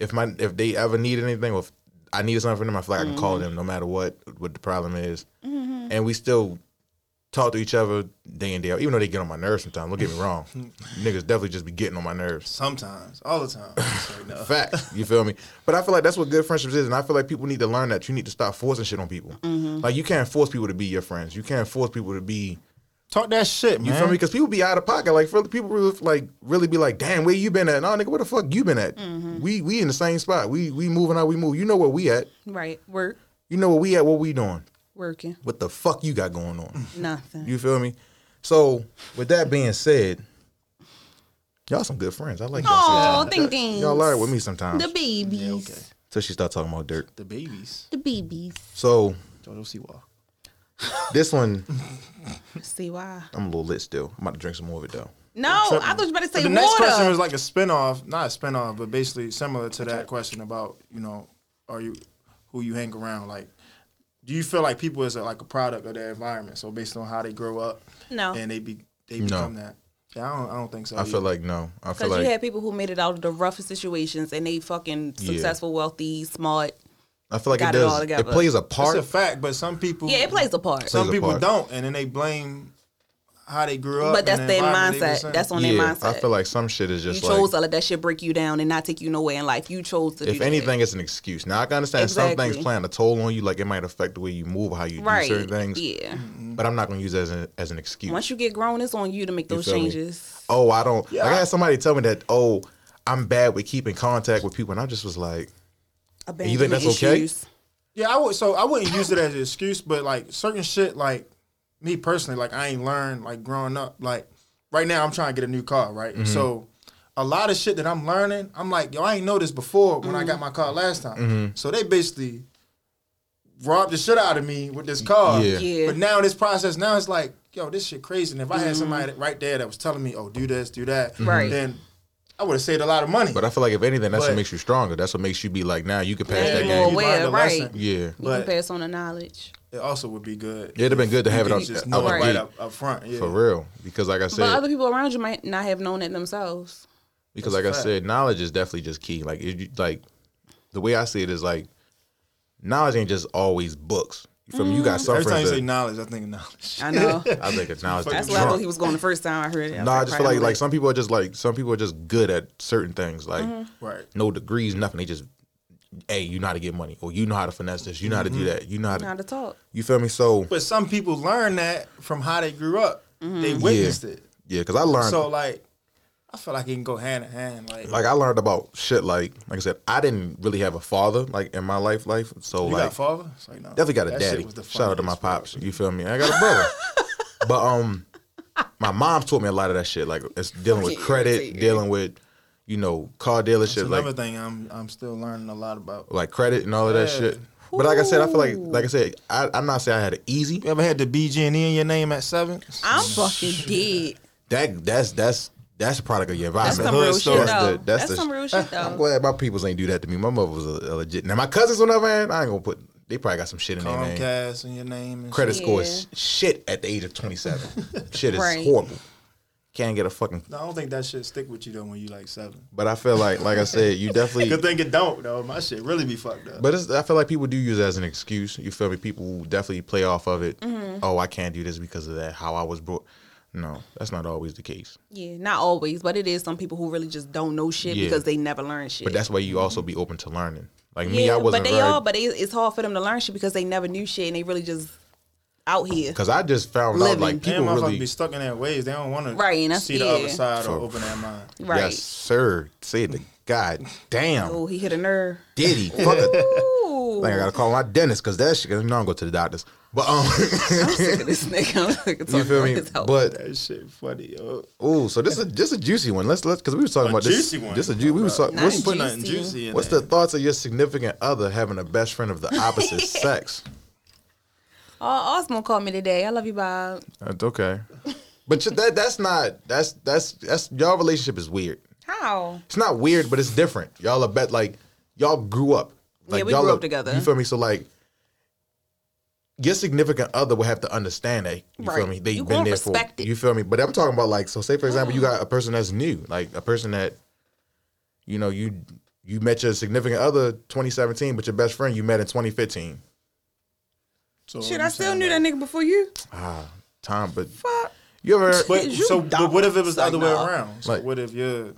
S2: if my if they ever need anything, or if I needed something from them, I feel like I can call them no matter what what the problem is, and we still talk to each other day in day out. Even though they get on my nerves sometimes, don't get me wrong, niggas definitely just be getting on my nerves.
S4: Sometimes, all
S2: *laughs*
S4: the time. It's like, no.
S2: Facts. You feel me? But I feel like that's what good friendships is, and I feel like people need to learn that you need to stop forcing shit on people. Like you can't force people to be your friends. You can't force people to be.
S4: Talk that shit, man.
S2: You feel me? Because people be out of pocket. Like really- people really like really be like, damn, where you been at? Nah, nigga, where the fuck you been at?
S1: Mm-hmm.
S2: We we in the same spot. We we moving out. We move. You know where we at?
S1: Right. Work.
S2: You know where we at? What we doing?
S1: Working.
S2: What the fuck you got going on?
S1: Mm-hmm.
S2: *laughs*
S1: Nothing.
S2: You feel me? So with that being said, y'all some good friends. I like y'all.
S1: Oh,
S2: sometimes.
S1: thinking.
S2: *laughs* Y'all learn with me sometimes.
S1: The babies.
S4: Yeah, okay.
S2: So she start talking about dirt.
S4: The babies.
S1: The babies.
S2: So
S4: Don't see why.
S2: this one,
S1: See why?
S2: I'm a little lit still. I'm about to drink some more of it though.
S1: No, I thought you were about to say
S4: the
S1: water.
S4: next question was like a spinoff, not a spinoff, but basically similar to that question about you know, are you who you hang around? Like, do you feel like people is like a product of their environment? So based on how they grow up,
S1: No.
S4: and they be they become that. Yeah, I don't, I don't think so.
S2: I feel like no. I feel
S1: Because
S2: like
S1: you had people who made it out of the roughest situations and they fucking
S2: Yeah.
S1: successful, wealthy, smart.
S2: I feel like it
S1: got it all
S2: does. It,
S1: together.
S2: plays a
S4: it's
S2: part.
S4: a fact, but some people,
S1: Yeah, it plays a part.
S2: So-
S4: some
S2: plays a
S4: people
S2: part.
S4: don't, and then they blame how they grew up.
S1: but
S4: and
S1: that's
S4: the
S1: their
S4: environment they was
S1: mindset.
S4: in.
S1: That's on
S2: yeah,
S1: their mindset.
S2: I feel like some shit is
S1: you
S2: just
S1: chose
S2: like
S1: to let that shit break you down and not take you nowhere in life. You chose to do
S2: if
S1: that.
S2: anything, it's an excuse. Now I can understand some
S1: Exactly.
S2: things playing a toll on you, like it might affect the way you move, or how you
S1: right?
S2: do certain things. Mm.
S1: Yeah.
S2: But I'm not gonna use that as an, as an excuse.
S1: Once you get grown, it's on you to make those
S2: feel me?
S1: changes.
S2: oh, I don't.
S4: Yeah.
S2: Like I had somebody tell me that. Oh, I'm bad with keeping contact with people, and I just was like,
S1: Abandonment
S2: think that's okay?
S1: issues.
S4: Yeah, I would. So I wouldn't use it as an excuse, but like certain shit, like me personally, like I ain't learned like growing up. Like right now, I'm trying to get a new car, right?
S2: Mm-hmm.
S4: So a lot of shit that I'm learning, I'm like, yo, I ain't know this before when I got my car last time.
S2: Mm-hmm.
S4: So they basically robbed the shit out of me with this car.
S2: Yeah.
S1: Yeah.
S4: But now this process, now it's like, yo, this shit crazy. And if I had somebody right there that was telling me, oh, do this, do that,
S1: Mm-hmm. Right.
S4: then I would have saved a lot of money.
S2: but I feel like if anything, that's what
S4: But-
S2: makes you stronger. That's what makes you be like, now you can pass
S1: Yeah,
S2: that
S1: you
S2: game.
S1: aware.
S4: learned a
S1: right.
S4: lesson.
S2: Yeah.
S1: You can
S4: But-
S1: pass on the knowledge.
S4: It also would be good.
S2: It'd have been good to have it
S4: You
S2: out,
S4: just
S2: out
S4: know
S2: the
S4: it right
S2: gate,
S4: up, up front. Yeah.
S2: for real. Because like I said,
S1: But other people around you might not have known it themselves.
S2: because
S4: That's
S2: like
S4: a
S2: I
S4: fact.
S2: said, knowledge is definitely just key. Like it, you- like the way I see it is like knowledge ain't just always books. From you
S1: Mm-hmm.
S2: got
S4: Every time
S2: suffering.
S4: you say
S2: to-
S4: knowledge, I think of knowledge.
S1: I know.
S2: *laughs* I think it's knowledge.
S1: That's
S2: That's
S1: where I thought
S2: drunk.
S1: he was going the first time I heard it.
S2: No, I just feel like like some people are just like some people are just good at certain things. Like
S4: Right.
S2: no degrees, nothing. They just hey, you know how to get money, or you know how to finesse this, you know how to do that, you know how to.
S1: not to talk.
S2: You feel me? So
S4: But some people learn that from how they grew up. They witnessed it.
S2: yeah, because I learned
S4: So like, I feel like it can go hand in hand. Like,
S2: like I learned about shit like like I said, I didn't really have a father like in my life life. So
S4: you
S2: like
S4: got father? It's like, no.
S2: Definitely got a
S4: That shit
S2: daddy.
S4: was the
S2: Shout out to my
S4: funniest
S2: pops. You feel me? I got a brother. but um, my mom taught me a lot of that shit. Like it's dealing with
S1: Fucking
S2: credit,
S1: irritating.
S2: dealing with you know car dealership,
S4: That's another
S2: like Oh.
S4: thing I'm I'm still learning a lot about.
S2: like credit and all of that
S4: Yeah.
S2: shit. But like I said, I feel like like I said, I, I'm not saying I had it easy.
S4: You ever had the BG and E in your name at seven?
S1: I'm
S2: *laughs*
S1: fucking dead.
S2: That that's that's that's a product of your
S1: That's
S2: environment.
S1: some real
S4: hood
S1: shit
S4: story.
S1: though.
S2: That's the- that's
S1: That's
S2: the-
S1: some real shit
S2: *laughs* I'm
S1: though.
S2: glad my peoples ain't do that to me. My mother was a, a legit. Now my cousins, on the other hand, I ain't gonna put. They probably got some shit in their name.
S4: Comcast in your name. And
S2: credit
S4: shit.
S2: score is shit at the age of
S1: *laughs*
S2: 27. shit is
S1: Right.
S2: horrible. Can't get a fucking.
S4: No, I don't think that shit stick with you though when you like seven.
S2: But I feel like, like I said, you
S4: Good
S2: definitely.
S4: thing it don't though. My shit really be fucked up.
S2: But it's, I feel like people do use it as an excuse. You feel me? People definitely play off of it.
S1: Mm-hmm.
S2: Oh, I can't do this because of that. How I was brought. No, that's not always the case.
S1: Yeah, not always, but it is some people who really just don't know shit
S2: Yeah.
S1: because they never learn shit.
S2: But that's why you also be open to learning. Like
S1: Mm-hmm. yeah,
S2: me, I
S1: but
S2: wasn't
S1: they
S2: very.
S1: all, but they, it's hard for them to learn shit because they never knew shit and they really just
S2: Oh,
S1: out here.
S2: Because I just found out
S1: Living.
S2: like people
S4: Damn, motherfuckers
S2: really.
S4: be stuck in their ways. They don't want
S1: Right, and
S4: to
S1: that's-
S4: see the
S1: yeah.
S4: other side or
S2: For-
S4: open their mind.
S1: Right.
S2: Yes, sir. Say it to God damn.
S1: Oh, he hit a nerve.
S2: *laughs* Diddy. Fuck a
S1: Ooh, Ooh.
S2: Like I gotta call my dentist because that shit. Cause you know I don't go to the doctors. But um, *laughs*
S1: I'm sick of this nigga. *laughs* I'm sick of
S2: you
S1: talking
S2: feel
S1: about
S2: me?
S1: his health.
S2: But
S4: That shit funny, yo.
S2: ooh, so this is this is a juicy one. Let's let's because we was talking about this.
S4: juicy one?
S2: This is a ju- we was talking.
S1: Not
S2: What's,
S4: Put nothing
S1: Juicy.
S4: juicy in
S2: what's the
S4: there.
S2: thoughts of your significant other having a best friend of the
S1: *laughs*
S2: opposite sex?
S1: oh, Osmo called me today. I love you, Bob.
S2: That's okay. But you- that that's not that's that's that's y'all relationship is weird.
S1: How?
S2: It's not weird, but it's different. Y'all are bet like y'all grew up.
S1: Yeah,
S2: Like,
S1: we
S2: y'all
S1: grew
S2: are-
S1: up together.
S2: You feel me? So like your significant other will have to understand that. You feel
S1: Right.
S2: me? They've
S1: You
S2: been
S1: gonna
S2: there
S1: respect
S2: for
S1: it. Mm.
S2: you feel me? But I'm talking about like so say for example, you got a person that's new, like a person that you know, you you met your significant other 2017, but your best friend you met in 2015.
S4: So
S1: Shit,
S4: I'm
S1: I still
S4: saying,
S1: knew
S4: like-
S1: that nigga before you.
S2: Ah, Tom, but
S1: Fuck.
S2: you ever
S4: But
S1: *laughs* You
S4: so, but what if it was the
S1: dumb.
S4: other way
S1: Like, nah.
S4: around? So
S2: Like-
S4: what if your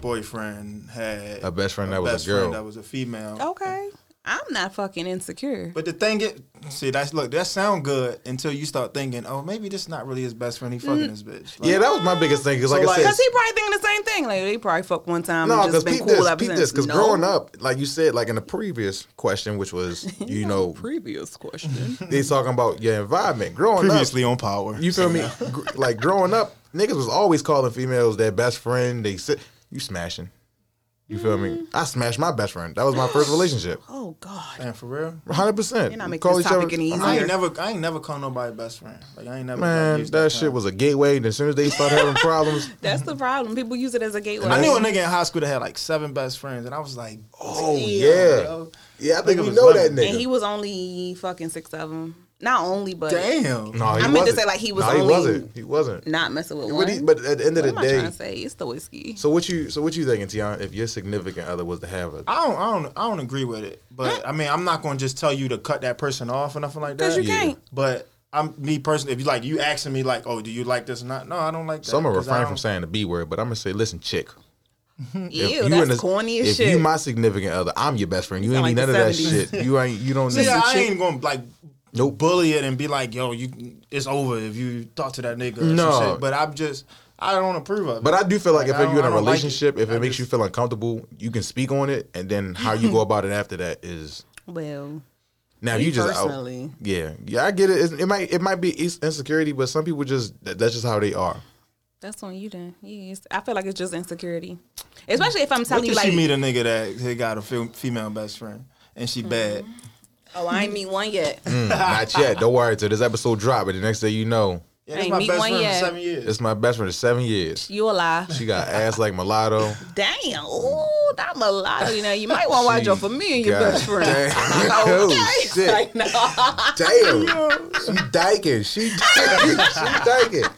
S4: boyfriend had
S2: a best friend that was
S4: best
S2: a girl?
S4: friend that was a female?
S1: Okay. I'm not fucking insecure.
S4: But the thing is, see, that's look, that sound good until you start thinking, oh, maybe this not really his best friend. He fucking
S1: Mm.
S4: this bitch. Like,
S2: yeah, that was my biggest thing. Cause like
S4: So,
S2: I
S4: like-
S2: said,
S1: Cause he probably thinking the same thing. Like they probably fucked one time
S2: No,
S1: and
S2: because
S1: just been
S2: peep
S1: cool
S2: this,
S1: ever
S2: peep
S1: since.
S2: this. Because
S1: no.
S2: growing up, like you said, like in the previous question, which was
S1: *laughs*
S2: you know
S1: Previous
S2: *laughs*
S1: question.
S2: they talking about your environment. Growing
S4: previously on Power.
S2: up, you feel me? Gr- like growing up, niggas was always calling females their best friend. They said you smashing. You feel
S1: Mm.
S2: me? I smashed my best friend. That was my first relationship.
S1: oh God.
S4: Man, for real.
S2: Hundred percent.
S1: You're not making this topic any
S2: "Oh,
S1: easier.
S4: I ain't never, I ain't never called nobody best friend. Like I ain't never.
S2: Man,
S4: used
S2: that, shit
S4: term.
S2: was a gateway. And as soon as they started
S1: *laughs*
S2: having problems,
S1: That's the problem. People use it as a gateway.
S4: I knew a nigga in high school that had like seven best friends, and I was like,
S2: oh
S4: damn,
S2: yeah,
S4: yo.
S2: yeah. I think
S4: Nigga
S2: we
S4: was
S2: know that
S4: loving
S2: nigga.
S1: and he was only fucking six of them. Not only, but
S4: damn.
S2: no,
S1: I
S2: he
S1: meant to
S2: wasn't.
S1: say, like, he was
S2: No,
S1: only-
S2: he wasn't. He wasn't.
S1: not messing with
S2: But,
S1: one.
S2: he, but at the end of
S1: what am
S2: the
S1: I
S2: day,
S1: trying to say? It's the whiskey.
S2: So what you so what you thinking, Tion? If your significant other was to have a
S4: I don't, I don't, I don't agree with it. But I mean, I'm not going to just tell you to cut that person off or nothing like
S1: Because
S4: that.
S1: you
S2: Yeah.
S1: can't.
S4: But I'm me personally. If you like, you asking me like, oh, do you like this or not? No, I don't like that.
S2: so I'm gonna
S4: 'cause I
S2: refrain
S4: don't-
S2: from saying the B word, but I'm gonna say, listen, chick.
S1: Ew,
S2: in
S1: that's
S2: this-
S1: corny as
S2: if
S1: shit.
S2: you my significant other, I'm your best friend. You ain't
S1: Sound
S2: need
S1: like
S2: none
S1: the
S2: of that
S1: 70s.
S2: shit. You ain't you
S4: *laughs*
S2: don't
S4: So
S2: need
S4: yeah,
S2: a
S4: I
S2: chick.
S4: ain't gonna like no bully it and be like, yo, you it's over if you talk to that nigga. Or
S2: No.
S4: some shit. but I'm just I don't approve of it.
S2: But I do feel like,
S4: Like, I
S2: if you're in
S4: don't-
S2: a
S4: I don't like it.
S2: relationship, if it makes you feel uncomfortable, you can speak on it, and then
S1: *laughs*
S2: how you go about it after that is
S1: well,
S2: now
S1: Me
S2: you just out.
S1: personally.
S2: Yeah, yeah, I get it. It's- it might it might be is- insecurity, but some people just that- that's just how they are.
S1: that's on you then. Yes, I feel like it's just insecurity, especially if I'm telling
S4: What
S1: you
S4: if
S1: like,
S4: she meet a nigga that he got a fe- female best friend and she bad?
S1: oh, I ain't meet one yet.
S2: Mm. Not yet. Don't worry till this episode drop, and the next day you know
S4: Yeah, that's
S1: Ain't
S4: my
S1: meet
S4: best
S1: one
S4: friend
S1: yet.
S4: for seven years.
S2: it's my best friend for seven years.
S1: You a lie.
S2: She got ass like mulatto.
S1: Damn, ooh, I'm a lie. You know, you might want to watch out for me and your
S2: God
S1: best friend.
S2: *laughs* damn.
S1: *laughs*
S2: Oh,
S1: Okay.
S2: shit.
S1: Like, no.
S2: Damn. She dyking. She dyking. *laughs* She dyking.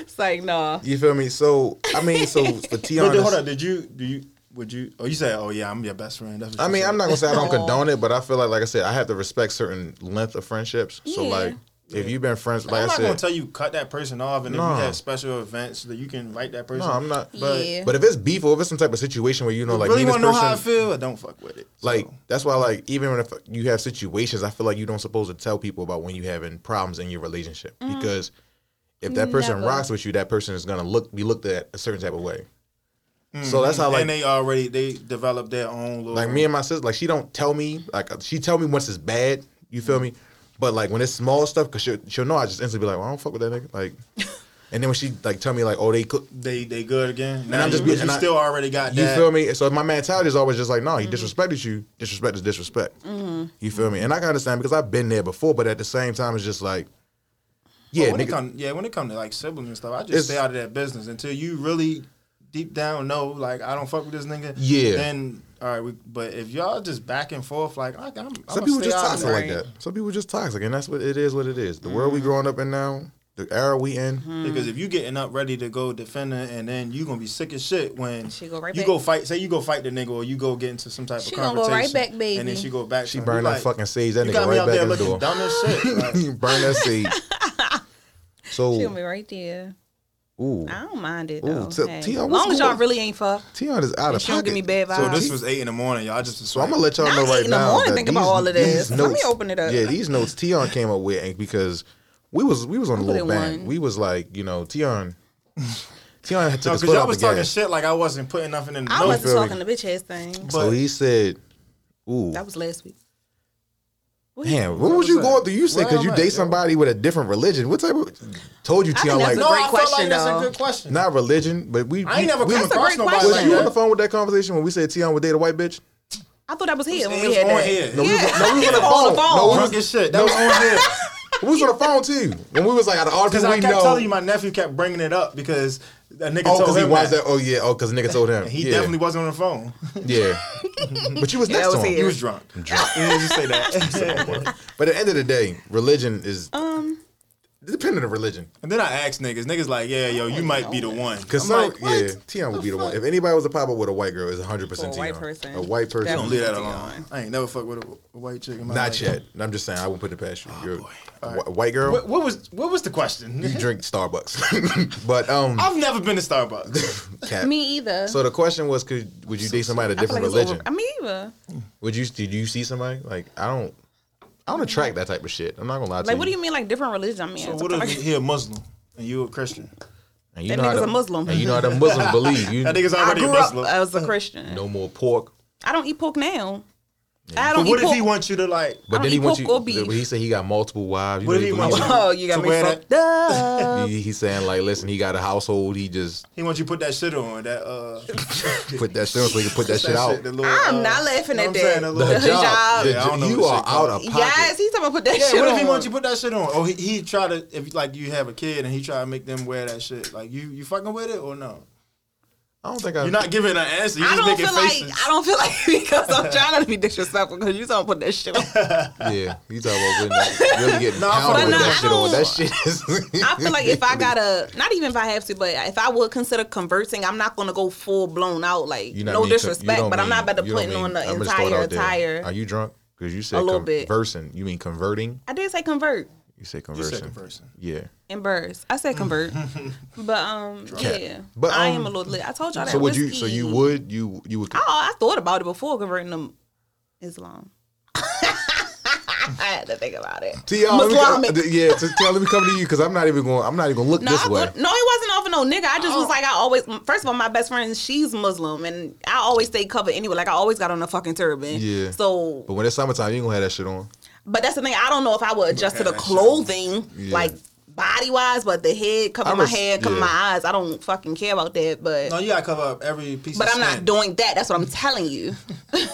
S1: It's like, no.
S2: You feel me? So I mean, so for
S4: But then, *laughs* hold
S2: Tiana,
S4: up, did you do you would you? Oh, you said, oh yeah, I'm your best friend. That's what
S2: I
S4: you
S2: mean,
S4: said.
S2: I'm not gonna say I don't condone it, but I feel like, like I said, I have to respect certain length of friendships. So
S1: Yeah.
S2: like, if you've been friends, like
S4: I'm
S2: I
S4: not gonna
S2: said,
S4: tell you cut that person off, and
S2: No.
S4: if you have special events that you can write that person.
S2: no, I'm not.
S4: But
S1: Yeah.
S2: But if it's beef or if it's some type of situation where you know, like,
S4: really
S2: me and this
S4: want to know how I
S2: person,
S4: feel? I don't fuck with it. So,
S2: like that's why, like, even if you have situations, I feel like you don't supposed to tell people about when you having problems in your relationship because if that person
S1: Mm-hmm. Never.
S2: rocks with you, that person is gonna look be looked at a certain type of way. So that's how, like,
S4: Mm-hmm. and they already they developed their own little
S2: Like me and my sister, like she don't tell me, like uh, she tell me once it's bad. You feel me? But like when it's small stuff, cause she'll, she'll know. I just instantly be like, well, I don't fuck with that
S1: *laughs*
S2: nigga. Like, and then when she like tell me like, oh they cook,
S4: they they good again. Now
S2: I'm just
S4: you,
S2: be-
S4: you
S2: and I-
S4: still already got
S2: you
S4: that.
S2: feel me? So my mentality is always just like, no, he disrespected you. Disrespect is disrespect.
S4: Mm-hmm.
S2: You feel me? And I can understand because I've been there before, but at the same time, it's just like, yeah,
S4: But when
S2: nigga,
S4: it come, yeah, when it come to like siblings and stuff, I
S2: It's-
S4: just stay out of that business until you really deep down know like I don't fuck with this nigga.
S2: Yeah.
S4: Then all right, we, but if y'all just back and forth like I, I'm, I'm
S2: some
S4: gonna
S2: people
S4: stay
S2: just
S4: out of
S2: toxic
S4: that.
S2: like that. Some people just toxic, and that's what it is. What it is. The world we
S4: Mm-hmm.
S2: growing up in now, the era we in.
S4: Because if you getting up ready to go defend her, and then you gonna be sick as shit when
S1: She go right
S4: you
S1: back.
S4: go fight. Say you go fight the nigga, or you go get into some type
S1: She
S4: of
S1: gonna
S4: confrontation.
S1: go right back, baby.
S4: And then she go back.
S2: She
S4: to him.
S2: burned
S4: You
S2: that fucking sage. That
S4: you
S2: nigga
S4: got me
S2: right
S4: out
S2: back
S4: there
S2: in the
S4: looking
S2: door.
S4: dumb as shit.
S2: *laughs*
S4: Like,
S2: Burn that
S4: *laughs*
S2: seed. So,
S1: She'll be right there.
S2: ooh,
S4: "Ah."
S1: I don't mind it
S2: Ooh,
S1: though.
S2: T-
S1: Hey,
S2: Tia,
S1: as
S2: what's
S1: long as y'all
S2: going-
S1: really ain't fuck.
S2: Tion is out of
S1: She don't
S2: pocket.
S1: give me bad
S2: So,
S4: so
S1: vibes.
S4: this was eight in the morning, y'all. I Just
S2: so I'm gonna let y'all
S1: Now
S2: know
S1: it's
S2: right
S1: eight in the
S2: now.
S1: morning,
S2: that
S1: think about
S2: these,
S1: all of this. Let
S2: these
S1: me
S2: notes-
S1: open it up.
S2: Yeah, these notes Tion came up with and because we was we was on a
S1: put
S2: little
S1: in
S2: bang.
S1: one.
S2: We was like, you know,
S4: *laughs*
S2: Tion. Tion had took his
S4: because
S2: foot
S4: y'all
S2: off the
S4: was talking
S2: gas.
S4: shit like I wasn't putting nothing in the
S1: I
S4: notes.
S1: wasn't
S2: feel me.
S1: talking the bitch ass thing.
S2: So
S4: but-
S2: he said, Ooh.
S1: That was last week. What you-
S2: Damn, what was you
S4: that?
S2: going through? You said
S4: Where
S2: because you
S4: am I,
S2: date
S4: yo?
S2: somebody with a different religion. What type of told you,
S1: I
S2: Tion?
S1: think
S2: Like
S1: that's a great question,
S4: that's
S1: though.
S4: a good
S2: *laughs*
S4: question.
S2: not religion, but we.
S4: I ain't never
S2: we, we, *laughs*
S4: come
S1: a
S4: across
S1: great
S4: nobody
S1: question.
S2: Was
S4: like
S2: you on the
S4: that.
S2: phone with that conversation when we said Tion would date a white bitch?
S1: I thought that was here when
S4: It
S1: we
S4: was
S1: had
S4: on
S1: that.
S4: here.
S1: Yeah.
S4: No,
S2: we was-
S1: *laughs*
S2: no, we was on the phone. No, we was-
S4: Drunk as shit. That was on here.
S2: *laughs* We was on the phone too when we was like, out of all the
S4: Because
S2: people
S4: I
S2: we
S4: kept
S2: know.
S4: telling you, my nephew kept bringing it up because a nigga
S2: Oh,
S4: told
S2: because he
S4: him
S2: watched that.
S4: that.
S2: Oh yeah. Oh, because nigga told him.
S4: He
S2: yeah.
S4: definitely wasn't on the phone.
S2: Yeah. but you was
S1: Yeah,
S2: next
S1: that was
S2: to him.
S4: he
S1: Yeah.
S4: was drunk. Drunk. Yeah, just say that.
S2: But at the end of the day, religion is
S1: Oh.
S2: dependent on religion.
S4: and then I asked niggas. Niggas like, yeah, yo, you might be the one.
S2: Because
S4: I'm
S2: some,
S4: like,
S2: yeah, Tion would be the one. If anybody was to pop up with a white girl, it's 100
S1: For a
S2: percent Tion.
S1: white person.
S2: A white person.
S1: That
S4: don't
S1: was-
S4: leave that alone. I ain't never fuck with a, a white chick. In my
S2: Not
S4: life.
S2: yet. I'm just saying, I wouldn't put it past you. You're a wh- white girl.
S4: What, what was what was the question?
S2: You drink Starbucks, *laughs* but um,
S4: *laughs* I've never been to Starbucks.
S2: *laughs* cap.
S1: Um, Me either.
S2: So the question was, could would you date somebody of a
S1: I feel
S2: different
S1: like it's
S2: religion?
S1: Over, me either.
S2: Would you? Did you see somebody like I don't? I don't attract that type of shit. I'm not gonna lie to
S1: Like, what do you mean, like different religion? I mean,
S4: so
S1: it's
S4: what
S1: like-
S4: if he a Muslim and you a Christian?
S2: And you
S1: That
S2: how
S1: nigga's
S2: the-
S1: a Muslim.
S2: And you know how the Muslims believe. You
S4: That nigga's
S1: I
S4: already a
S1: grew up uh,
S4: Muslim.
S1: as a Christian.
S2: no more pork.
S1: I don't eat pork now. I don't
S4: but what
S1: eat
S4: if
S1: pork.
S4: he wants you to like?
S2: But
S1: don't
S2: then he
S1: eat
S2: wants you.
S1: pork or beef.
S2: He said he got multiple wives. You
S4: What
S2: know
S4: if he
S2: he
S4: wants
S2: believes-
S1: *laughs* oh, you got
S4: So
S1: me
S4: where
S1: fucked up.
S2: he- he's saying like, listen, he got a household. He just
S4: He wants you to put that shit on that uh
S2: put that shit on so he can put that
S4: that
S2: shit out.
S4: the little,
S1: I'm
S4: uh,
S1: not laughing
S4: know
S1: at
S4: what I'm
S1: that.
S4: saying, that
S2: The *laughs*
S4: little-
S1: The hijab.
S2: hijab. The
S4: Yeah, I don't know
S2: you
S4: what
S2: are
S4: shit
S2: out
S4: called.
S2: of pocket.
S1: Yes, he's talking about put that
S4: Yeah,
S1: shit
S4: what
S1: on.
S4: if he wants you to put that shit on? Or he, he try to if like you have a kid and he try to make them wear that shit. Like you you fucking with it or no?
S2: I don't think I.
S4: You're not giving an answer. You're
S1: I
S4: just
S1: don't
S4: making
S1: feel
S4: faces.
S1: like I don't feel like *laughs* because I'm trying not to be disrespectful because you don't put that
S4: *laughs*
S1: shit on.
S2: Yeah, you talking about really- really getting
S4: Nah,
S2: pounded
S1: but
S2: with
S1: nah,
S2: that
S1: I
S2: shit on.
S1: don't-
S2: That shit is. *laughs*
S1: I feel like if I gotta, not even if I have to, but if I would consider converting, I'm not gonna go full blown out. Like
S2: You not
S1: no
S2: mean- you
S1: disrespect,
S2: don't
S1: but I'm
S2: mean-
S1: not about to
S2: you don't
S1: putting
S2: mean-
S1: on the
S2: I'm just throwing it
S1: entire
S2: out there. Are
S1: attire.
S2: you drunk? Because you said
S1: A little bit.
S2: conversing. You mean converting?
S1: I did say convert
S2: You said
S4: You
S2: conversing.
S4: second person.
S2: Yeah.
S1: and burst. I said
S2: *laughs*
S1: convert, but um, yeah.
S2: Mm. But,
S1: But I am
S2: um,
S1: a little lit. I told y'all that.
S2: So would you?
S1: whiskey-
S2: So you would? You you would?
S1: Oh, I thought about it before converting to Islam. *laughs* I had to think about it.
S2: T, uh, let me-
S1: Muslimic.
S2: uh, yeah, to, T, uh, let me come to you because I'm not even going. I'm not even going to look
S1: No,
S2: this
S1: I
S2: way.
S1: thought, no, it wasn't off of no nigga. I just was like, I always. First of all, my best friend, she's Muslim, and I always stay covered anyway. Like I always got on a fucking turban.
S2: Yeah.
S1: So,
S2: But when it's summertime, you ain't gonna have that shit on.
S1: but that's the thing. I don't know if I would adjust to the
S4: Okay, that's-
S1: clothing,
S2: Yeah.
S1: like body wise, but the head
S2: I
S1: covering my
S2: res-
S1: head, covering
S2: yeah.
S1: my eyes. I don't fucking care about that. But
S4: No, you gotta cover up every piece
S1: but
S4: of
S1: I'm
S4: skin.
S1: not doing that. That's what I'm telling
S2: *laughs*
S1: you.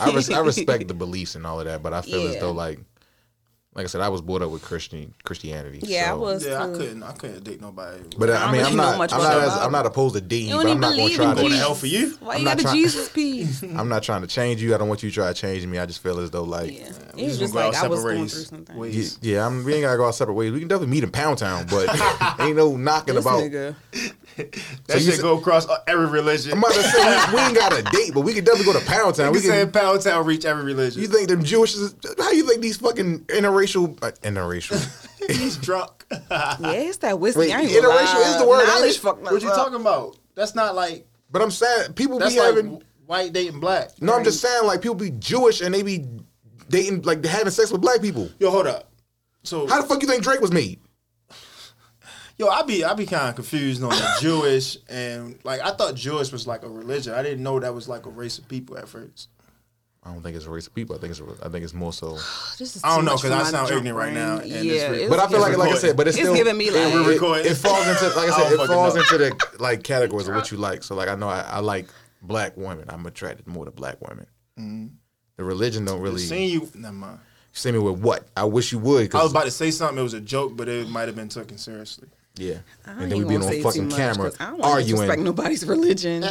S2: I, res- I
S1: *laughs*
S2: respect the beliefs and all of that, but I feel as
S1: Yeah.
S2: though like, like I said, I was brought up with Christian Christianity.
S1: Yeah, I
S2: so-
S1: was.
S4: Yeah, I
S1: too.
S4: couldn't I couldn't date nobody.
S2: But uh, I,
S1: I don't
S2: mean,
S1: really
S2: I'm
S1: know
S2: not.
S1: much
S2: I'm not.
S1: about
S2: As,
S1: the
S2: I'm not opposed to dating,
S1: You
S2: but
S1: don't
S2: I'm
S1: even
S2: not gonna
S1: believe
S2: try
S1: in
S2: to.
S4: Go to
S1: Jesus.
S4: hell for you.
S1: Why
S2: I'm
S1: you
S2: not
S1: got to
S2: trying-
S1: Jesus
S2: *laughs*
S1: piece?
S2: I'm not trying to change you. I don't want you to try to change me. I just feel as though like.
S1: Yeah.
S2: Yeah.
S1: It was
S4: just
S1: just
S4: gonna go
S1: like
S4: our
S1: I was
S4: separate
S1: going
S4: ways.
S1: through something.
S4: Ways.
S2: Yeah, I'm, we ain't gotta go our separate ways. We can definitely meet in Pound Town,
S1: *laughs*
S2: but ain't no knocking
S1: This
S2: about.
S1: nigga.
S4: That
S2: you
S4: shit
S2: said-
S4: go across uh, every religion.
S2: I'm about to say we, we ain't got a date, but we could definitely go to Pound Town.
S4: we
S2: We
S4: say
S2: can,
S4: Pound Town reach every religion. *laughs*
S2: you think them Jewish? Is, how you think these fucking interracial, uh, interracial,
S4: *laughs* He's
S2: *laughs*
S4: drunk.
S1: *laughs* Yeah, it's that whiskey.
S2: Wait,
S1: I ain't gonna
S2: interracial
S1: lie.
S2: is the word, ain't
S1: Knowledge
S2: it?
S1: fucked us
S4: what you
S1: up.
S4: talking about? That's not like
S2: But I'm saying people
S4: that's
S2: be
S4: like
S2: having.
S4: white dating black.
S2: no, I'm just saying like people be Jewish and they be dating like having sex with black people.
S4: Yo, hold up. So
S2: How the fuck you think Drake was made?
S4: yo, I be I be kind of confused on the Jewish and like I thought Jewish was like a religion. I didn't know that was like a race of people at first.
S2: I don't think it's a race of people. I think it's I think it's more so.
S1: This is
S4: I don't
S1: too
S4: know,
S1: much
S4: 'cause
S1: for
S4: I
S1: my
S4: sound
S1: drunk
S4: ignorant right now, and it's
S1: brain. Yeah,
S4: re-
S1: it's
S2: But I feel
S1: giving-
S2: like like I said, but it's,
S1: It's
S2: still
S1: giving me, like-
S2: it,
S1: We're
S2: it,
S4: recording.
S2: it falls into like I
S4: *laughs* I
S2: said
S4: don't
S2: it
S4: fucking
S2: falls
S4: know.
S2: into the like categories of what you like. So like I know I, I like black women. I'm attracted more to black women.
S4: Mm-hmm.
S2: The religion don't really
S4: Seeing you, never mind.
S2: see me with what I wish you would.
S4: I was
S2: 'cause-
S4: about to say something. It was a joke, but it might have been taken seriously.
S2: yeah,
S1: I
S2: and
S1: ain't
S2: then we being
S1: gonna
S2: on
S1: say too
S2: fucking
S1: much,
S2: camera
S1: 'cause I don't wanna disrespect
S2: arguing.
S1: nobody's religion.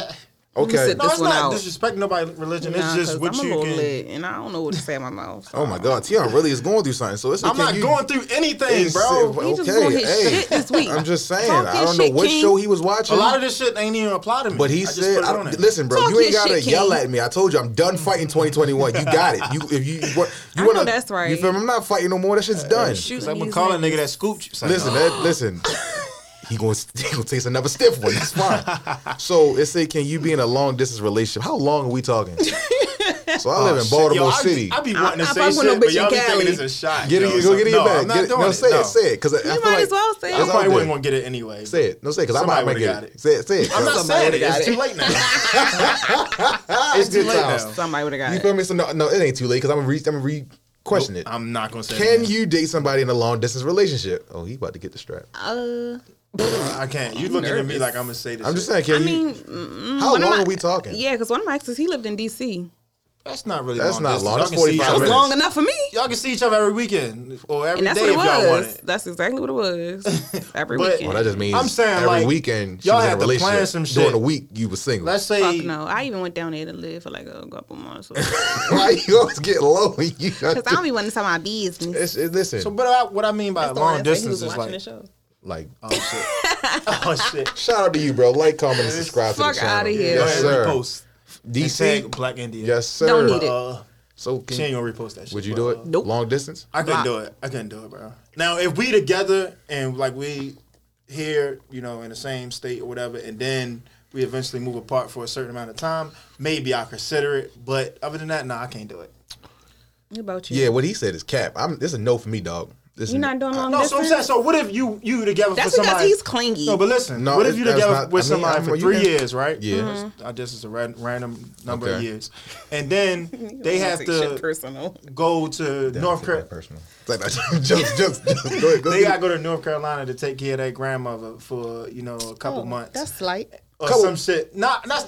S2: Okay.
S1: sit
S4: No,
S1: This
S4: it's
S1: one
S4: not
S1: out.
S4: disrespecting nobody religion.
S1: Nah,
S4: it's just
S1: 'cause
S4: what
S1: I'm
S4: you
S1: a little
S4: can.
S1: lit, and I don't know what to say in my mouth. so.
S2: Oh my God, Tion really is going through something. So it's
S4: I'm
S2: okay,
S4: not
S2: you-
S4: going through anything,
S2: It's-
S4: bro.
S2: it-
S1: He just doing his shit this week.
S2: I'm just saying.
S1: Talk
S2: I
S1: your
S2: don't know
S1: shit,
S2: what
S1: King.
S2: show he was watching.
S4: A lot of this shit ain't even apply to me.
S2: but he
S4: I just
S2: said,
S4: put it
S2: I
S4: on
S2: don't,
S4: there.
S2: "Listen, bro,
S1: Talk
S2: you ain't
S1: your
S2: gotta
S1: shit,
S2: yell
S1: King.
S2: at me. I told you, I'm
S1: *laughs*
S2: done fighting 2021. You got it. You if you what you
S1: I
S2: wanna
S1: know that's right. Uh,
S2: You feel me? I'm not fighting no more. That shit's done.
S1: Shooting
S4: Cause I've been
S1: these
S4: calling
S1: niggas.
S4: nigga that scooped. It's like,
S1: *laughs*
S2: listen,
S4: nah.
S2: that, listen. He gonna, *laughs* he gonna taste another stiff
S1: *laughs*
S2: one. That's fine. So it say, can you be in a long distance relationship? How long are we talking? So I live in
S4: Oh, shit.
S2: Baltimore
S4: Yo, I be-
S2: City.
S4: I be
S1: I-
S4: wanting to
S1: I
S4: say
S1: fuck
S4: shit,
S1: with no
S4: but
S1: bitch
S4: y'all
S1: in
S4: be thinking
S1: Cali.
S4: it's a shot.
S2: Get
S4: yo,
S2: it, go get it
S4: so-
S2: your
S4: no,
S2: bag.
S4: I'm not
S2: Get it-
S4: doing
S2: no,
S4: it,
S2: say
S4: no.
S2: it, say it, because I
S1: You
S2: feel
S1: might
S2: like
S1: as well say
S4: I
S1: it.
S2: It's out
S4: probably
S2: there.
S4: wasn't gonna get it anyway.
S2: say it. No, say it, because I might
S4: Somebody
S2: make
S4: would've got
S2: it.
S4: it.
S2: Say it, say it.
S4: I'm not saying it.
S1: would've got
S4: It's
S1: it.
S4: too late now. it's too
S2: good
S4: late
S2: times.
S4: now.
S1: Somebody would
S2: You
S1: have got
S2: feel
S1: it.
S2: me? So no, no, it ain't too late because I'm gonna re, I'm gonna re question it.
S4: I'm not gonna say.
S2: Can
S4: it.
S2: you date somebody in a long distance relationship? Oh, he about to get the strap.
S1: Uh,
S4: I can't. You looking at me
S1: nervous.
S4: like I'm gonna say this.
S2: I'm just
S4: shit.
S2: saying, can
S1: I
S2: you?
S1: mean, mm,
S2: how
S1: one of
S2: long
S1: my-
S2: are we talking?
S1: Yeah, because one of my exes, he lived in D.C.
S4: that's not really.
S2: That's
S4: long
S2: not
S4: distance.
S2: long.
S4: Y'all
S2: That's
S4: can see each
S2: 45
S1: That
S4: other-
S1: was
S2: minutes.
S1: long enough for me.
S4: Y'all can see each other every weekend or
S1: And
S4: every day
S1: that's
S4: if
S1: what
S4: y'all
S1: it
S4: want
S1: was.
S4: it.
S1: That's exactly what it was. Every
S4: But-
S2: Well,
S1: weekend.
S2: that just means
S4: I'm saying,
S2: every
S4: like,
S2: weekend she
S4: y'all
S2: was in
S4: had
S2: a
S4: to plan
S2: relationship.
S4: some
S2: During
S4: shit.
S2: the week, you were single. *laughs*
S4: Let's say
S1: Fuck no. I even went down there to live for like a couple months.
S2: Why you always get low when
S1: *laughs*
S2: you?
S1: Because I don't be wanting to tell my business.
S2: *laughs* It's, it, listen,
S4: So, but I, what I mean by
S1: That's the one
S4: long
S1: that said he was
S4: distance is
S1: watching the
S4: like,
S1: show.
S2: like,
S4: oh
S1: *laughs*
S4: shit, oh shit.
S2: shout out to you, bro. Like, comment, and subscribe
S1: Fuck
S2: to the channel.
S1: outta here.
S4: Go
S2: Yes,
S4: ahead,
S2: sir.
S4: repost. And tag
S2: DC.
S4: Black India.
S2: Yes, sir.
S1: Don't need it.
S4: Uh,
S2: So,
S4: she ain't
S2: can,
S4: gonna repost that shit.
S2: would you
S4: but,
S2: do
S4: uh,
S2: it?
S1: Nope.
S2: Long distance.
S4: I couldn't
S1: Wow.
S4: do it. I couldn't do it, bro. Now, if we together and like we here, you know, in the same state or whatever, and then we eventually move apart for a certain amount of time, maybe I consider it. But other than that, no, I can't do it.
S1: What about you?
S2: Yeah, what he said is cap. I'm. This is a no for me, dog. This
S1: You
S2: is-
S1: not doing long
S4: No, so I'm
S1: distance?
S4: saying, so what if you you together
S1: That's
S4: for
S1: because
S4: somebody?
S1: he's clingy.
S4: No, but listen.
S2: No,
S4: what if
S2: it-
S4: you
S2: that's
S4: together
S2: not- I
S4: with
S2: mean,
S4: somebody
S2: I'm-
S4: for
S2: you
S4: three
S2: can-
S4: years, right?
S2: Yeah.
S1: Mm-hmm.
S4: I just is a ran- random number of
S2: Okay.
S4: years, and then
S1: *laughs*
S4: they have to
S1: personal.
S4: go to North Carolina.
S2: personal. It's like that. *laughs* jokes, jokes, jokes. Go ahead, go
S4: They
S2: ahead.
S4: gotta go to North Carolina to take care of their grandmother for you know a couple months
S1: Oh, That's slight.
S4: or
S2: couple-
S4: some shit. Not that's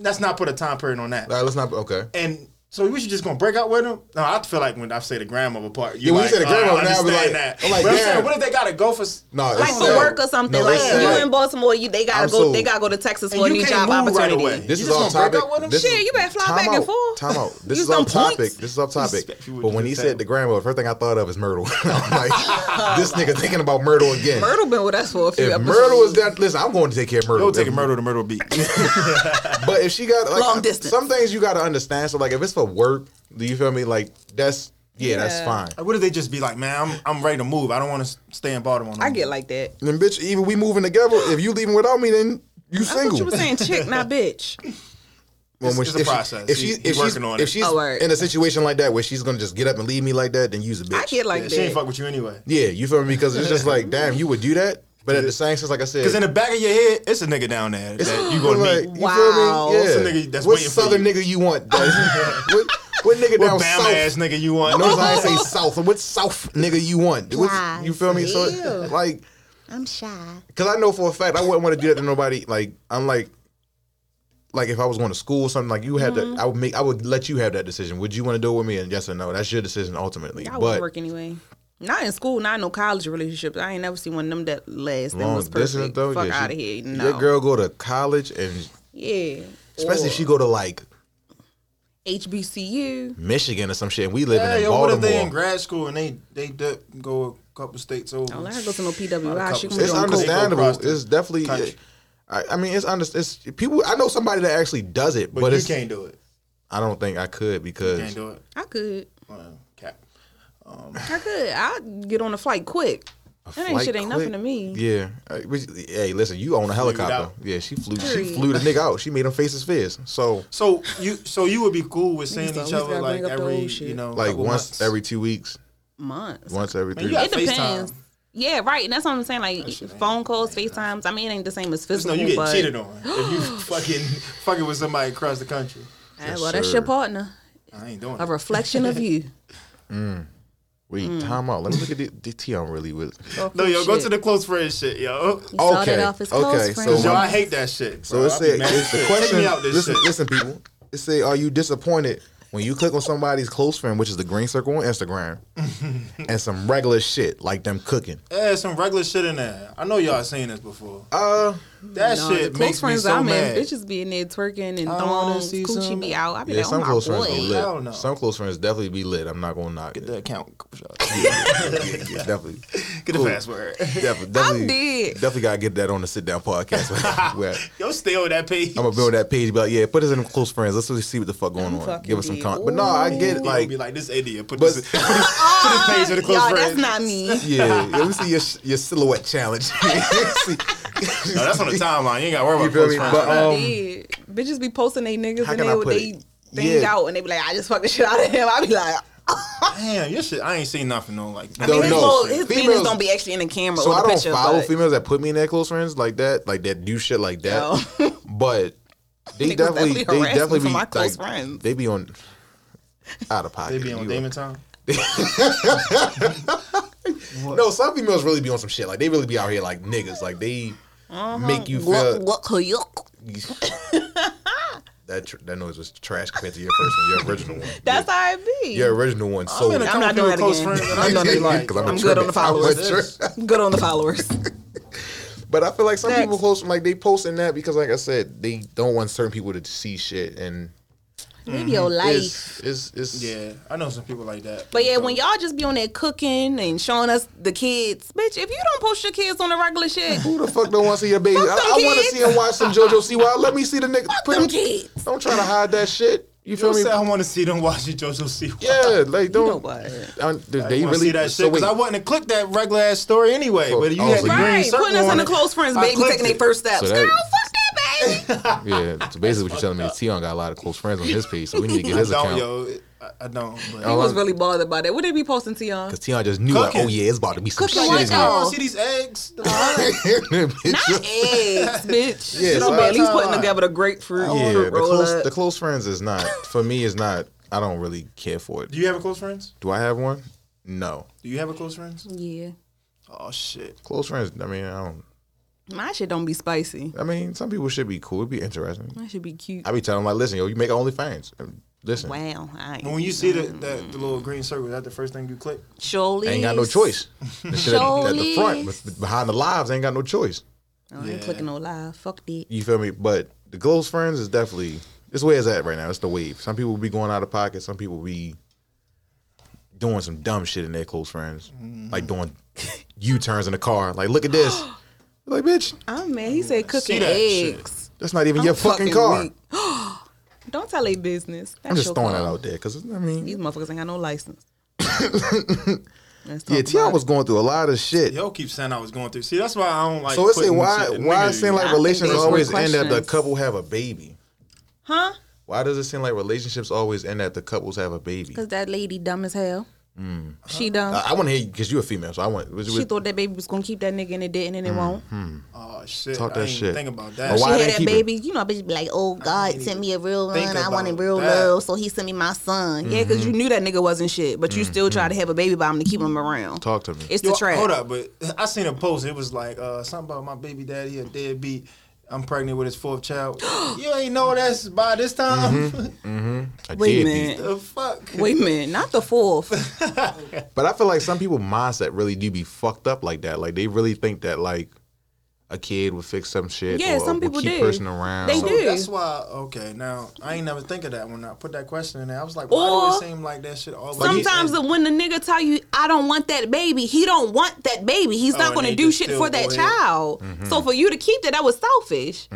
S4: that's not put a time period on that.
S2: All right, let's not. Okay.
S4: And so we should just gonna break up with them. No, I feel like when I say the grandmother part, you
S2: Yeah, when
S4: like,
S2: you say the
S4: "All right, I
S2: grandmother, now I be
S4: understand
S2: like-
S4: that.
S2: I'm like,
S4: but I'm
S2: damn.
S4: saying, what if they gotta go for? s-
S2: No,
S1: Like
S2: it's
S1: for
S2: sad.
S1: work or something.
S2: No,
S1: like
S2: it's
S1: you
S2: sad.
S1: in Baltimore, you they gotta
S2: I'm
S1: go.
S2: sold.
S1: They gotta go to Texas
S4: And
S1: for a
S4: you
S1: new
S4: can't
S1: job
S4: move right
S1: opportunity.
S4: away.
S2: This
S4: You
S2: is
S4: just
S2: off
S4: gonna break
S2: topic.
S4: up with him?
S2: This
S1: Shit,
S2: is-
S1: you better fly
S2: time
S1: back and
S2: out.
S1: forth.
S2: Time
S1: *laughs*
S2: out.
S1: Use
S2: This is off
S1: them points.
S2: topic. This is off topic.
S4: Respect you with
S2: But when
S4: your
S2: he
S4: time.
S2: said the grandmother, first thing I thought of is Myrtle. *laughs* I'm
S1: *laughs*
S2: like, this nigga thinking about Myrtle again.
S1: Myrtle been with us for a few
S2: If
S1: episodes.
S2: Myrtle is that, listen, I'm going to take care of Myrtle.
S4: Go take a
S2: If-
S4: murder to murder beat.
S2: *laughs* But if she got like,
S1: Long distance.
S2: some things you got to understand. So like, if it's for work, do you feel me? Like that's yeah, that's
S1: Yeah.
S2: fine.
S4: Like, what if they just be like, man, I'm, I'm ready to move. I don't want to stay in Baltimore. No
S1: I
S4: more."
S1: get like that.
S2: Then bitch, even we moving together. If you leaving without me, then you
S1: That's
S2: single.
S1: what you were saying, chick,
S4: *laughs*
S1: not bitch.
S2: When- when
S4: It's-
S2: she-
S4: it's a
S2: if she-
S4: process.
S2: If
S4: He-
S2: she's
S4: he
S2: if she's
S4: working on
S2: if
S4: it.
S2: she's
S1: Oh, word.
S2: in a situation like that where she's gonna just get up and leave me like that, then you's a bitch.
S1: I get like
S4: Yeah, she ain't
S1: that.
S4: fuck with you anyway.
S2: Yeah, you feel me? Because it's just
S1: *laughs*
S2: like, damn, you would do that. But at the same sense, like I said,
S4: Because in the back of your head, it's a nigga down there that *laughs* you gonna
S2: like,
S4: meet.
S2: you
S1: Wow.
S2: feel me?
S4: What's
S2: Yeah.
S4: the nigga that's
S2: what
S4: waiting for
S2: southern
S4: you?
S2: nigga you want?
S4: *laughs*
S2: dog? what, what nigga down
S4: What Bama
S2: south?
S4: ass nigga
S2: *laughs*
S4: you want?
S2: No, I
S1: *laughs*
S2: ain't say south. What south nigga you want? What's-
S1: Wow,
S2: you feel me? So
S1: ew.
S2: like,
S1: I'm shy.
S2: because I know for a fact I wouldn't want to do that to nobody. Like I'm like, like if I was going to school or something, like you had
S1: Mm-hmm.
S2: to, I would make, I would let you have that decision. Would you want to do it with me? And yes or no, that's your decision ultimately.
S1: I would
S2: but
S1: work anyway. Not in school, not in no college relationships. I ain't never seen one of them that last and
S2: long
S1: was
S2: distance
S1: perfect.
S2: though,
S1: Fuck
S2: yeah,
S1: out of
S2: she-
S1: here. No.
S2: Your girl go to college and
S1: Yeah.
S2: especially
S1: Or
S2: if she go to like
S1: HBCU.
S2: Michigan or some shit. And we living
S4: Hey,
S2: in
S4: yo, what if they in
S2: Baltimore.
S4: grad school and they they dip, go a couple states over?
S1: Don't let her go to no
S4: Not a
S1: PWI. She
S4: couple
S1: can be
S2: It's
S4: states.
S1: on coke.
S4: understand-
S2: understandable.
S4: across the
S2: It's definitely.
S4: country.
S2: I, I mean, it's under. It's people. I know somebody that actually does it, but,
S4: But, you
S2: it's.
S4: can't do it.
S2: I don't think I could
S4: You
S2: because
S4: can't do it.
S1: I could.
S4: Well, cap.
S1: I could. I'd get on a flight quick. That ain't
S2: Flight
S1: shit ain't
S2: quick?
S1: nothing to me.
S2: Yeah. Uh, but- Hey, listen, you own a helicopter.
S4: out.
S2: Yeah, she flew. She
S1: Period.
S2: flew the nigga out. She made him face his fears. So
S4: So you so you would be cool with seeing
S1: always
S4: each
S1: gotta
S4: other like
S1: bring up the
S4: every
S1: old shit.
S4: you know
S2: like
S4: couple
S2: once
S4: months?
S2: every two weeks,
S1: Months.
S2: once every
S4: Man,
S2: three.
S4: you got
S1: It depends.
S4: FaceTime.
S1: Yeah, right. And that's what I'm saying. Like phone calls, FaceTimes. I mean, it ain't the same as
S4: No,
S1: physical.
S4: you get
S1: but,
S4: cheated on if
S1: *gasps*
S4: you fucking fucking with somebody across the country.
S1: Eh, well, that's your partner.
S4: I ain't doing
S1: A
S4: it.
S1: reflection of you.
S2: Wait,
S1: Mm.
S2: time out. Let me look at the, the tea I'm really with.
S4: *laughs* *laughs* No, yo, go to the close friends shit, yo.
S1: Started
S2: Okay,
S1: off as
S2: okay,
S1: close
S2: so
S1: friends.
S4: Yo,
S2: my-
S4: I hate that shit.
S2: So
S4: bro.
S2: it's
S4: I be
S2: a,
S4: mad as
S2: it's the
S4: shit. Take
S2: question.
S4: me out this
S2: listen,
S4: shit.
S2: listen, people. It say, are you disappointed when you click on somebody's close friend, which is the green circle on
S4: *laughs*
S2: Instagram, and some regular shit like them cooking?
S4: Yeah, some regular shit in there. I know y'all seen this before.
S2: Uh,
S4: That
S1: No,
S4: shit
S1: the
S4: makes
S1: close
S4: me
S1: friends
S4: so
S1: I'm
S4: mad.
S1: in, bitches be in there twerking and
S4: wanna
S1: thongs,
S4: see
S1: coochie
S4: some-
S1: be out. I be
S2: yeah,
S1: like, oh
S2: some
S1: my
S2: close friends
S1: boy.
S2: gonna
S4: Hell no.
S2: lit. Some close friends definitely be lit. I'm not gonna knock it.
S4: *laughs* The account, couple shots.
S2: Yeah, definitely.
S4: Get the
S2: Cool.
S4: password.
S2: Definitely, definitely,
S1: dead.
S2: definitely gotta get that on the sit down
S4: *laughs*
S2: podcast. *laughs* Where
S4: *laughs* Yo, stay on that page.
S2: I'm gonna build that page, be like, yeah, put us in them close friends. Let's really see what the fuck going
S1: I'm
S2: on.
S1: fucking
S2: Give us some
S1: dead.
S2: content. But no, I get it.
S4: You gonna
S2: Like,
S4: be like this idiot. Put
S2: But-
S4: this, put this, put this page in the close
S1: Y'all, that's
S4: friends.
S1: not me.
S4: *laughs*
S2: yeah, let me see your your silhouette challenge. *laughs* See- *laughs*
S4: No, that's on the timeline. You ain't got to
S2: You
S4: worry
S2: feel
S4: about close
S2: me?
S4: friends.
S2: But um,
S1: Dead. Bitches be posting they niggas
S2: how
S1: and
S2: can
S1: they
S2: I put
S1: they
S2: it?
S1: things
S2: Yeah.
S1: out and they be like, I just fucked the shit out of him. *laughs* I be like,
S4: Damn, your shit. I ain't seen nothing on like.
S1: I
S2: No,
S1: mean, his,
S2: Oh, no.
S1: whole, his penis
S2: Females-
S1: don't be actually in the camera
S2: So
S1: or the
S2: I don't
S1: picture.
S2: follow
S1: but
S2: females that put me in their close friends like that, like that do shit like that. *laughs* but they
S1: *laughs* Niggas
S2: definitely,
S1: definitely
S2: they
S1: harass me
S2: definitely
S1: for
S2: be
S1: my close
S2: like,
S1: friends.
S2: They be on out of
S4: They
S2: pocket.
S4: be on
S2: You-
S4: Damon time.
S2: No, some females really be on some shit. Like they really be out here like niggas. Like they
S1: Uh-huh.
S2: make you feel
S1: *laughs*
S2: that tr- that noise was trash compared to your first one, your original one.
S1: that's
S2: your,
S1: how it be.
S2: your original one. So
S4: I'm in a
S1: I'm not
S4: couple
S1: doing
S4: of close
S1: that
S4: friends,
S1: again.
S4: and I just
S2: *laughs*
S4: be like,
S2: because Oh. I'm,
S1: I'm
S2: a
S1: good on
S2: tripping-
S1: the followers.
S2: I'm a trip-
S1: Good on the
S2: *laughs*
S1: followers.
S2: But I feel like some
S1: Next.
S2: people post like they posting that because, like I said, they don't want certain people to see shit and
S3: Live
S2: Mm-hmm.
S3: your life.
S2: it's it's, it's
S4: yeah, I know some people like that.
S1: But yeah, when y'all just be on there cooking and showing us the kids, bitch, if you don't post your kids on the regular *laughs* shit,
S2: Who the fuck don't want to see your baby? I,
S1: Fuck them
S2: I want to
S1: kids.
S2: see him watch some JoJo Siwa. Let me see the nigga. Put
S1: them
S2: him-
S1: kids.
S2: Don't try to hide that shit. You
S4: Yo
S2: feel me?
S4: said I want to see them watch you, JoJo see.
S2: Yeah, like
S1: you know
S2: don't.
S1: what?
S2: I- they
S4: I
S2: really
S4: want to see that
S2: so
S4: shit because
S2: wait,
S4: I wouldn't have clicked that regular ass story anyway.
S2: Oh,
S4: But you
S2: oh,
S4: had
S2: so
S4: the
S2: you-
S4: green
S1: Right,
S4: circle
S1: putting us
S4: on
S1: in the
S4: it.
S1: close friends,
S4: I
S1: baby,
S4: clicked
S1: taking their
S4: it.
S1: first steps.
S2: So that-
S1: Girl, fuck that, baby.
S2: *laughs*
S4: *laughs*
S2: yeah. So basically, what you're telling me is Tion got a lot of close friends on his page, so we need to get
S4: I
S2: his
S4: don't,
S2: account.
S4: yo. I, I don't. But.
S1: I
S2: Oh,
S1: was
S2: I'm-
S1: really bothered by that. What they be posting to y'all?
S2: Cause Tion just knew
S4: Cooking.
S2: like, oh yeah, it's about to be some
S1: Cooking
S2: shit.
S1: like
S2: in
S1: that.
S2: *laughs* here.
S4: Oh, see these eggs?
S2: *laughs*
S1: Not *laughs* eggs, bitch.
S2: Yeah,
S1: you know,
S2: so-
S1: but at least putting together the grapefruit
S2: Yeah, the
S1: fruit roll
S2: close,
S1: up.
S2: the close friends is not for me. Is not. I don't really care for it.
S4: Do you have a close friends?
S2: Do I have one? No.
S4: Do you have a close friends?
S1: yeah,
S4: Oh shit.
S2: Close friends. I mean, I don't.
S1: my shit don't be spicy.
S2: I mean, some people should be cool. It'd be interesting.
S1: That should be cute.
S2: I be telling them like, listen, yo, you make OnlyFans. Listen,
S1: wow, I
S4: When you see the, that the little green circle, is that the first thing you click?
S1: surely
S2: I ain't got no choice. The shit at, at the front,
S3: Jolies.
S2: but behind the lives, I ain't got no choice.
S1: Oh, I ain't clicking no live. Fuck that.
S2: You feel me? But the close friends is definitely it's where it's at right now. It's the wave. Some people be going out of pocket. Some people be doing some dumb shit in their close friends,
S1: Mm-hmm.
S2: like doing *laughs* U turns in the car. Like, look
S1: *gasps*
S2: at this. like, bitch,
S1: Oh man, he said cooking
S4: that shit.
S1: eggs.
S2: that's not even your fucking, car.
S1: weak. *gasps* Don't tell a business. That's
S2: I'm just
S1: your
S2: throwing
S1: car.
S2: that out there because I mean,
S1: These motherfuckers ain't got no
S2: *laughs*
S1: license. Let's
S2: yeah,
S1: talk
S2: Tion
S1: about
S2: was going through a lot of shit.
S4: Y'all keep saying I was going through. See, that's why I don't like.
S2: So let's say
S4: putting
S2: why
S4: shit in
S2: why it
S4: niggas.
S2: seem
S1: I
S2: like
S1: think
S2: relationships
S1: those were
S2: always end at the
S1: questions.
S2: couple have a baby?
S1: it. huh?
S2: Why does it seem like relationships always end at the couples have a baby?
S1: Because that lady dumb as hell. She dumb.
S2: Mm. I, want to hear because you 'cause you're a female, so I Mm. want. Was,
S1: she thought that baby was gonna keep that nigga and it didn't, and it won't.
S4: Oh shit!
S2: Talk that
S4: I didn't
S2: shit.
S4: Think about
S2: But
S4: that.
S2: why-
S3: She
S2: they
S3: had that
S2: keep it?
S3: baby, you know, I bitch be like, oh God, sent me a real
S4: think
S3: one. I wanted
S4: about
S3: real
S4: that.
S3: love, so he sent me my son.
S2: Mm-hmm.
S1: Yeah, because you knew that nigga wasn't shit, but you still tried to have a baby by him to keep him around.
S2: talk to me.
S1: It's
S4: Yo,
S1: the trap.
S4: Hold up, but I seen a post. It was like uh, something about my baby daddy a deadbeat. I'm pregnant with his fourth
S1: *gasps*
S4: child. you ain't know that's by this time.
S2: Mm-hmm. I
S1: Wait a
S2: did beat
S1: minute.
S4: *laughs* the fuck.
S1: Wait a minute, not the
S4: *laughs*
S1: fourth.
S2: But I feel like some people mindset really do be fucked up like that. Like they really think that like a kid would fix some shit.
S1: Yeah,
S2: or
S1: some people
S2: would keep
S1: do.
S2: person around.
S1: They
S4: So
S1: do.
S4: that's why. Okay, now I ain't never think of that when I put that question in there. I was like, why
S1: Or-
S4: do it seem like that shit always?
S1: Sometimes
S4: the
S1: the, when the nigga tell you, I don't want that baby, he don't want that baby. He's not
S4: and
S1: going
S4: they
S1: to do
S4: just
S1: shit
S4: Oh, still
S1: for
S4: go
S1: that
S4: ahead.
S1: child.
S2: Mm-hmm.
S1: So for you to keep that, that was selfish.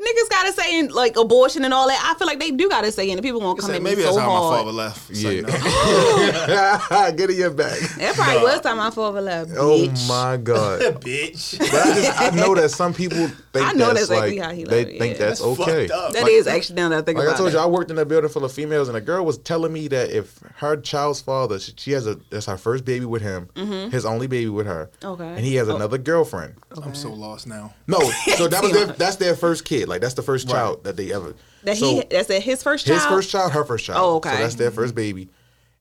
S1: Niggas got to say in, like abortion and all that. I feel like they do got to say in. People going to come at me
S4: maybe
S1: so
S4: that's how my
S1: hard.
S4: father left. It's like,
S2: yeah,
S4: no.
S2: *laughs* get in your back.
S1: That probably was time my father left.
S2: Oh
S1: bitch.
S2: my god!
S4: *laughs* bitch.
S2: *laughs* But I, just, I know that some
S1: *laughs*
S2: people think
S1: I know
S2: that's,
S1: that's exactly
S2: like
S1: how he
S2: they
S1: love it,
S2: think
S1: yeah.
S2: that's,
S4: That's fucked
S2: okay.
S4: up.
S1: That
S2: Like-
S1: is actually now that I think
S2: Like
S1: about
S2: I told
S1: it.
S2: you, I worked in a building full of females, and a girl was telling me that if her child's father, she she has a that's her first baby with him, his only baby with her,
S1: Mm-hmm. Okay. Oh.
S2: and he has another girlfriend.
S4: I'm so lost now.
S2: No,
S1: *laughs*
S2: so that was their, that's their first kid, like that's the first child that they ever.
S1: that
S2: so
S1: he that's at his first child.
S2: his first child, her first child.
S1: Oh, okay.
S2: So that's their first baby,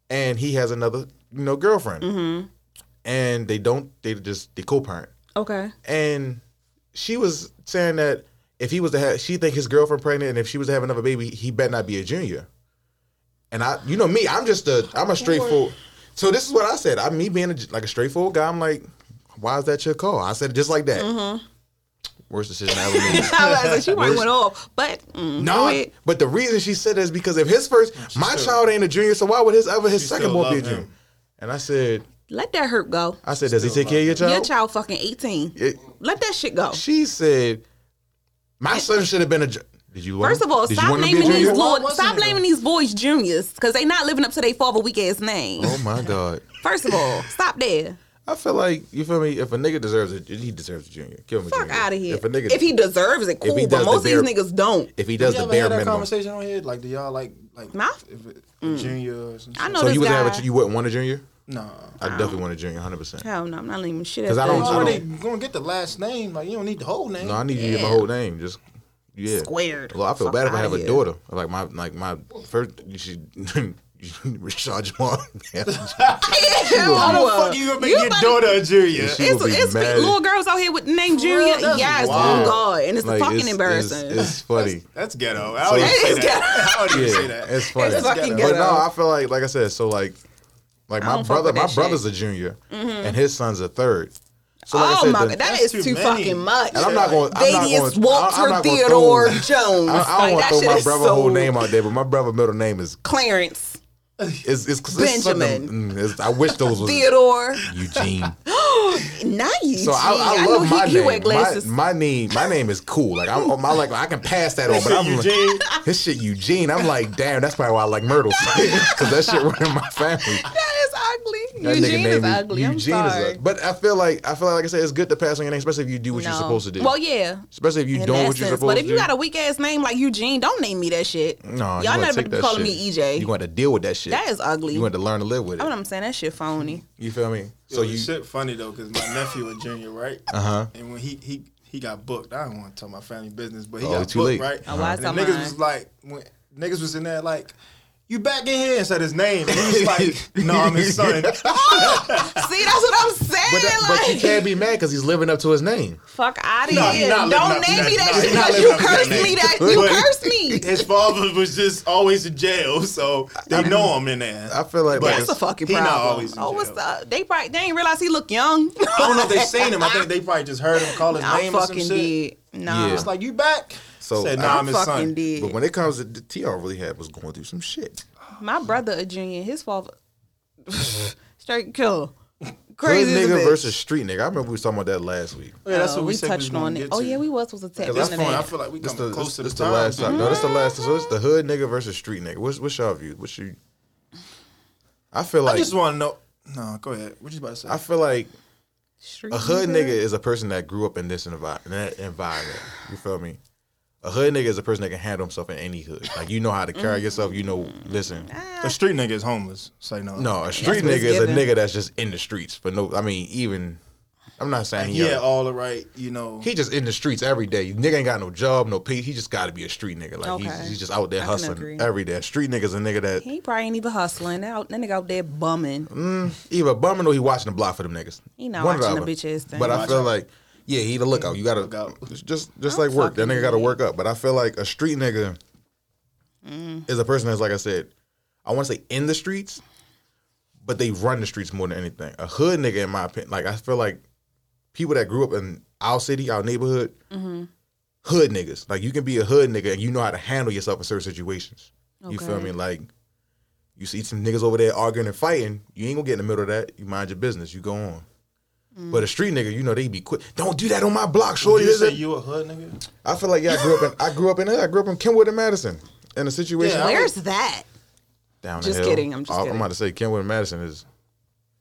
S2: and he has another you know girlfriend,
S1: Mm-hmm.
S2: and they don't they just they co-parent,
S1: Okay.
S2: and she was saying that if he was to have, she think his girlfriend pregnant, and if she was to have another baby, he better not be a junior. And I, you know me, I'm just a, I'm a straightforward. So this is what I said. I, me being a, like a straightforward guy, I'm like, why is that your call? I said it just like that. Worst decision *laughs*
S1: *laughs*
S2: I ever made.
S1: I was like, she probably
S2: Where's-
S1: went off, but mm,
S2: No,
S1: go ahead.
S2: but the reason she said that is because if his first, my child ain't a junior, so why would his ever his
S4: She
S2: second
S4: still
S2: one be a
S4: love him.
S2: junior? And I said,
S1: let that hurt go.
S2: I said, does he take care of your child?
S1: Your child fucking eighteen.
S2: It-
S1: Let that shit go.
S2: she said, my son should have been a. ju- Did you? Want
S1: First of all,
S2: did
S1: stop
S2: want him to be a
S1: naming these
S2: junior?
S1: little,
S4: Why wasn't
S1: stop
S4: it,
S1: naming
S4: though?
S1: these boys juniors because they not living up to their father weak ass name.
S2: Oh my god.
S1: First of all, stop there.
S2: I feel like you feel me. If a nigga deserves it, he deserves a junior. Give him a
S1: Fuck
S2: junior.
S1: out of here.
S2: If a nigga,
S1: he deserves it,
S2: he
S1: cool.
S2: does
S1: But
S2: the
S1: most of these
S2: bare-
S1: niggas don't.
S2: if he
S4: You
S2: does the
S4: ever
S2: bare
S4: had that
S2: minimum,
S4: conversation on here? Like, do y'all like Like
S1: My- Mm.
S4: if it, juniors. And
S1: I
S4: shit.
S1: know
S2: So
S1: this
S2: you would
S1: guy.
S2: have a, you wouldn't want a junior?
S4: Nah.
S2: I definitely want a junior, hundred percent.
S1: Hell no, I'm not leaving shit.
S2: 'Cause
S1: at
S2: I
S1: that.
S2: don't-
S4: You
S2: I
S4: already gonna get the last name. Like you don't need the whole name.
S2: No, I need you to get my whole name. Just yeah.
S1: Squared.
S2: Well, I feel
S1: Fuck
S2: bad if I
S1: outta
S2: have a
S1: here. *laughs*
S2: daughter. Like my like my first she *laughs* Rashad Jamal.
S1: Hell
S4: How the
S1: no.
S4: fuck you gonna make
S1: You
S4: your
S1: about-
S4: daughter a junior?
S2: She
S1: It's,
S2: gonna be
S1: it's
S2: mad.
S1: little girls out here with the name Junior.
S4: that's
S1: Yes,
S4: wild.
S1: oh god, and it's
S2: Like,
S1: fucking
S2: it's-
S1: embarrassing.
S2: It's, it's funny.
S4: That's ghetto. I don't even
S1: It
S4: say
S1: is
S4: that. *laughs* I don't even say
S2: yeah,
S4: that.
S2: it's funny.
S1: It's fucking
S2: But no,
S1: ghetto.
S2: I feel like like I said. So like like
S1: don't
S2: my
S1: fuck
S2: brother,
S1: with
S2: my
S1: that Mm-hmm.
S2: brother's a junior, and his son's a third. So like I
S1: oh
S2: said,
S1: my
S2: the-
S1: god, that
S4: That's
S1: is
S4: too
S1: too,
S4: many.
S1: fucking much.
S2: And I'm not going. I'm not
S1: Thaddeus
S2: going-
S1: Walter
S2: I'm not gonna
S1: Theodore
S2: throw,
S1: Jones.
S2: I, I
S1: Like,
S2: don't want
S1: that
S2: to
S1: shit
S2: throw my
S1: is
S2: brother
S1: so-
S2: whole name out there, but my brother middle name is
S1: Clarence,
S2: is is, is
S1: Benjamin.
S2: something- mm, it's- I wish those was
S1: Theodore.
S2: Eugene.
S1: Nice.
S2: So I, I
S1: knew
S2: love my
S1: he, He wear
S2: name.
S1: glasses.
S2: My, my name, my name is cool. Like I'm, my like I can pass that on, but I'm
S4: Eugene.
S2: like this shit Eugene. I'm like damn, that's probably why I like Myrtle *laughs* because that shit run in my family.
S1: that is ugly.
S2: That nigga
S1: Eugene is
S2: name
S1: ugly. I'm
S2: Eugene
S1: sorry.
S2: ugly. But I feel like I feel like, like I said, it's good to pass on your name, especially if you do what you're
S1: No.
S2: supposed to do.
S1: Well, yeah.
S2: especially if you're
S1: in
S2: doing
S1: that
S2: what you're
S1: sense.
S2: supposed
S1: But
S2: to
S1: if
S2: do.
S1: you got a weak ass name like Eugene, don't name me that shit.
S2: no, you
S1: y'all
S2: gotta
S1: not
S2: take
S1: be
S2: that
S1: calling
S2: shit.
S1: me EJ.
S2: You want to deal with that shit.
S1: that is ugly.
S2: You want to learn to live with
S1: I
S2: it.
S1: know what I'm saying. That shit phony.
S2: You feel me?
S4: So
S2: So
S4: you
S2: you
S4: shit funny though, because my nephew was junior, right? Uh
S2: Uh-huh.
S4: And when he he he got booked, I don't want to tell my family business, but he
S2: Oh,
S4: got
S2: too
S4: booked,
S2: late.
S4: right?
S1: Oh, why
S4: And the
S1: tell
S4: niggas
S1: mine?
S4: was like, when, niggas was in there like, you back in here and said his name. And he was
S2: *laughs*
S4: like, no, I'm his son.
S1: See, that's what I'm saying.
S2: But, that, but
S1: like,
S2: you can't be mad because he's living up to his name.
S1: fuck out of
S4: No, he
S1: here.
S4: not
S1: Don't
S4: living up to
S1: name
S4: that.
S1: me that
S4: No, he
S1: shit
S4: not
S1: because you
S4: living up to that
S1: cursed
S4: name.
S1: me. That you
S4: But-
S1: cursed me.
S4: His father was just always in jail, so they know him in there.
S2: I feel like
S4: But-
S1: That's a fucking
S4: He not
S1: problem.
S4: always in
S1: oh, what's
S4: jail.
S1: up? They probably they ain't realize he look young.
S4: I don't know if they seen him. I think they probably just heard him call his
S1: I
S4: name or some
S1: fucking
S4: shit.
S1: did. Nah.
S2: Yeah.
S4: It's like you back.
S2: So,
S4: said,
S2: I-
S4: nah,
S1: I
S4: I'm his
S1: fucking
S4: son.
S1: did.
S2: But when it comes to the TR really had was going through some shit.
S1: My brother, a junior, his father, *laughs* straight killer,
S2: Hood
S1: crazy as a
S2: nigga
S1: bitch.
S2: versus street nigga. I remember we was talking about that last week.
S4: Yeah, that's
S1: Oh,
S4: what we,
S1: we,
S4: said
S1: touched
S4: was
S1: on
S4: gonna
S1: it.
S4: get
S1: Oh
S4: to.
S1: yeah, we was supposed to tap
S2: Because
S1: into
S2: that's
S4: That's fine. I
S1: that.
S4: feel like we
S2: This
S4: come
S2: the,
S4: close
S2: this,
S4: to the,
S2: this the last
S4: time.
S2: time. No, that's the last. So it's the
S1: Mm-hmm.
S2: hood nigga versus street nigga. What's what's y'all view? What's your? I feel
S4: I
S2: like
S4: just want to know. No, go ahead. What you about to say?
S2: I feel like
S1: Street
S2: a hood
S1: Mm-hmm.
S2: nigga is a person that grew up in this envi- in that environment. You feel me? A hood nigga is a person that can handle himself in any hood. Like you know how to
S1: Mm-hmm.
S2: carry yourself. You know, listen.
S4: a street nigga is homeless. Say no.
S2: No, a street
S1: what it's
S2: nigga is a
S1: Ah, given.
S2: nigga that's just in the streets. But no, I mean even. I'm not saying
S4: Yeah,
S2: yeah.
S4: all the right. You know.
S2: He just in the streets every day. Nigga ain't got no job, no pay. He just got to be a street nigga. Like
S1: Okay.
S2: he's, he's just out there
S1: I can agree.
S2: hustling every day. A street nigga's a nigga that
S1: He probably ain't even hustling. That, that nigga out there bumming.
S2: either bumming or he watching the block for them niggas.
S1: He not
S2: One or
S1: watching the
S2: other.
S1: bitch ass thing.
S2: But I
S4: Watch
S2: feel
S4: out.
S2: like yeah, he the lookout. You gotta
S4: Lookout.
S2: it's just just
S1: I'm
S2: like work. That
S1: fucking
S2: nigga gotta
S1: weak.
S2: work up. But I feel like a street nigga
S1: Mm.
S2: is a person that's like I said, I want to say in the streets, but they run the streets more than anything. A hood nigga, in my opinion, like I feel like people that grew up in our city, our neighborhood,
S1: Mm-hmm.
S2: hood niggas. Like you can be a hood nigga and you know how to handle yourself in certain situations. You feel
S1: Okay.
S2: me? Like you see some niggas over there arguing and fighting, you ain't gonna get in the middle of that. You mind your business. You go on.
S1: Mm.
S2: But a street nigga, you know they be quick. Don't do that on my block, shorty.
S4: you
S2: This
S4: say
S2: is-
S4: you a hood nigga?
S2: I feel like yeah, I grew up in I grew up in I grew up in Kenwood and Madison. In a situation
S4: Yeah, I
S3: Where's that?
S2: down the
S1: Just
S2: hill.
S1: kidding, I'm just
S2: I-
S1: kidding.
S2: I'm about to say Kenwood and Madison is.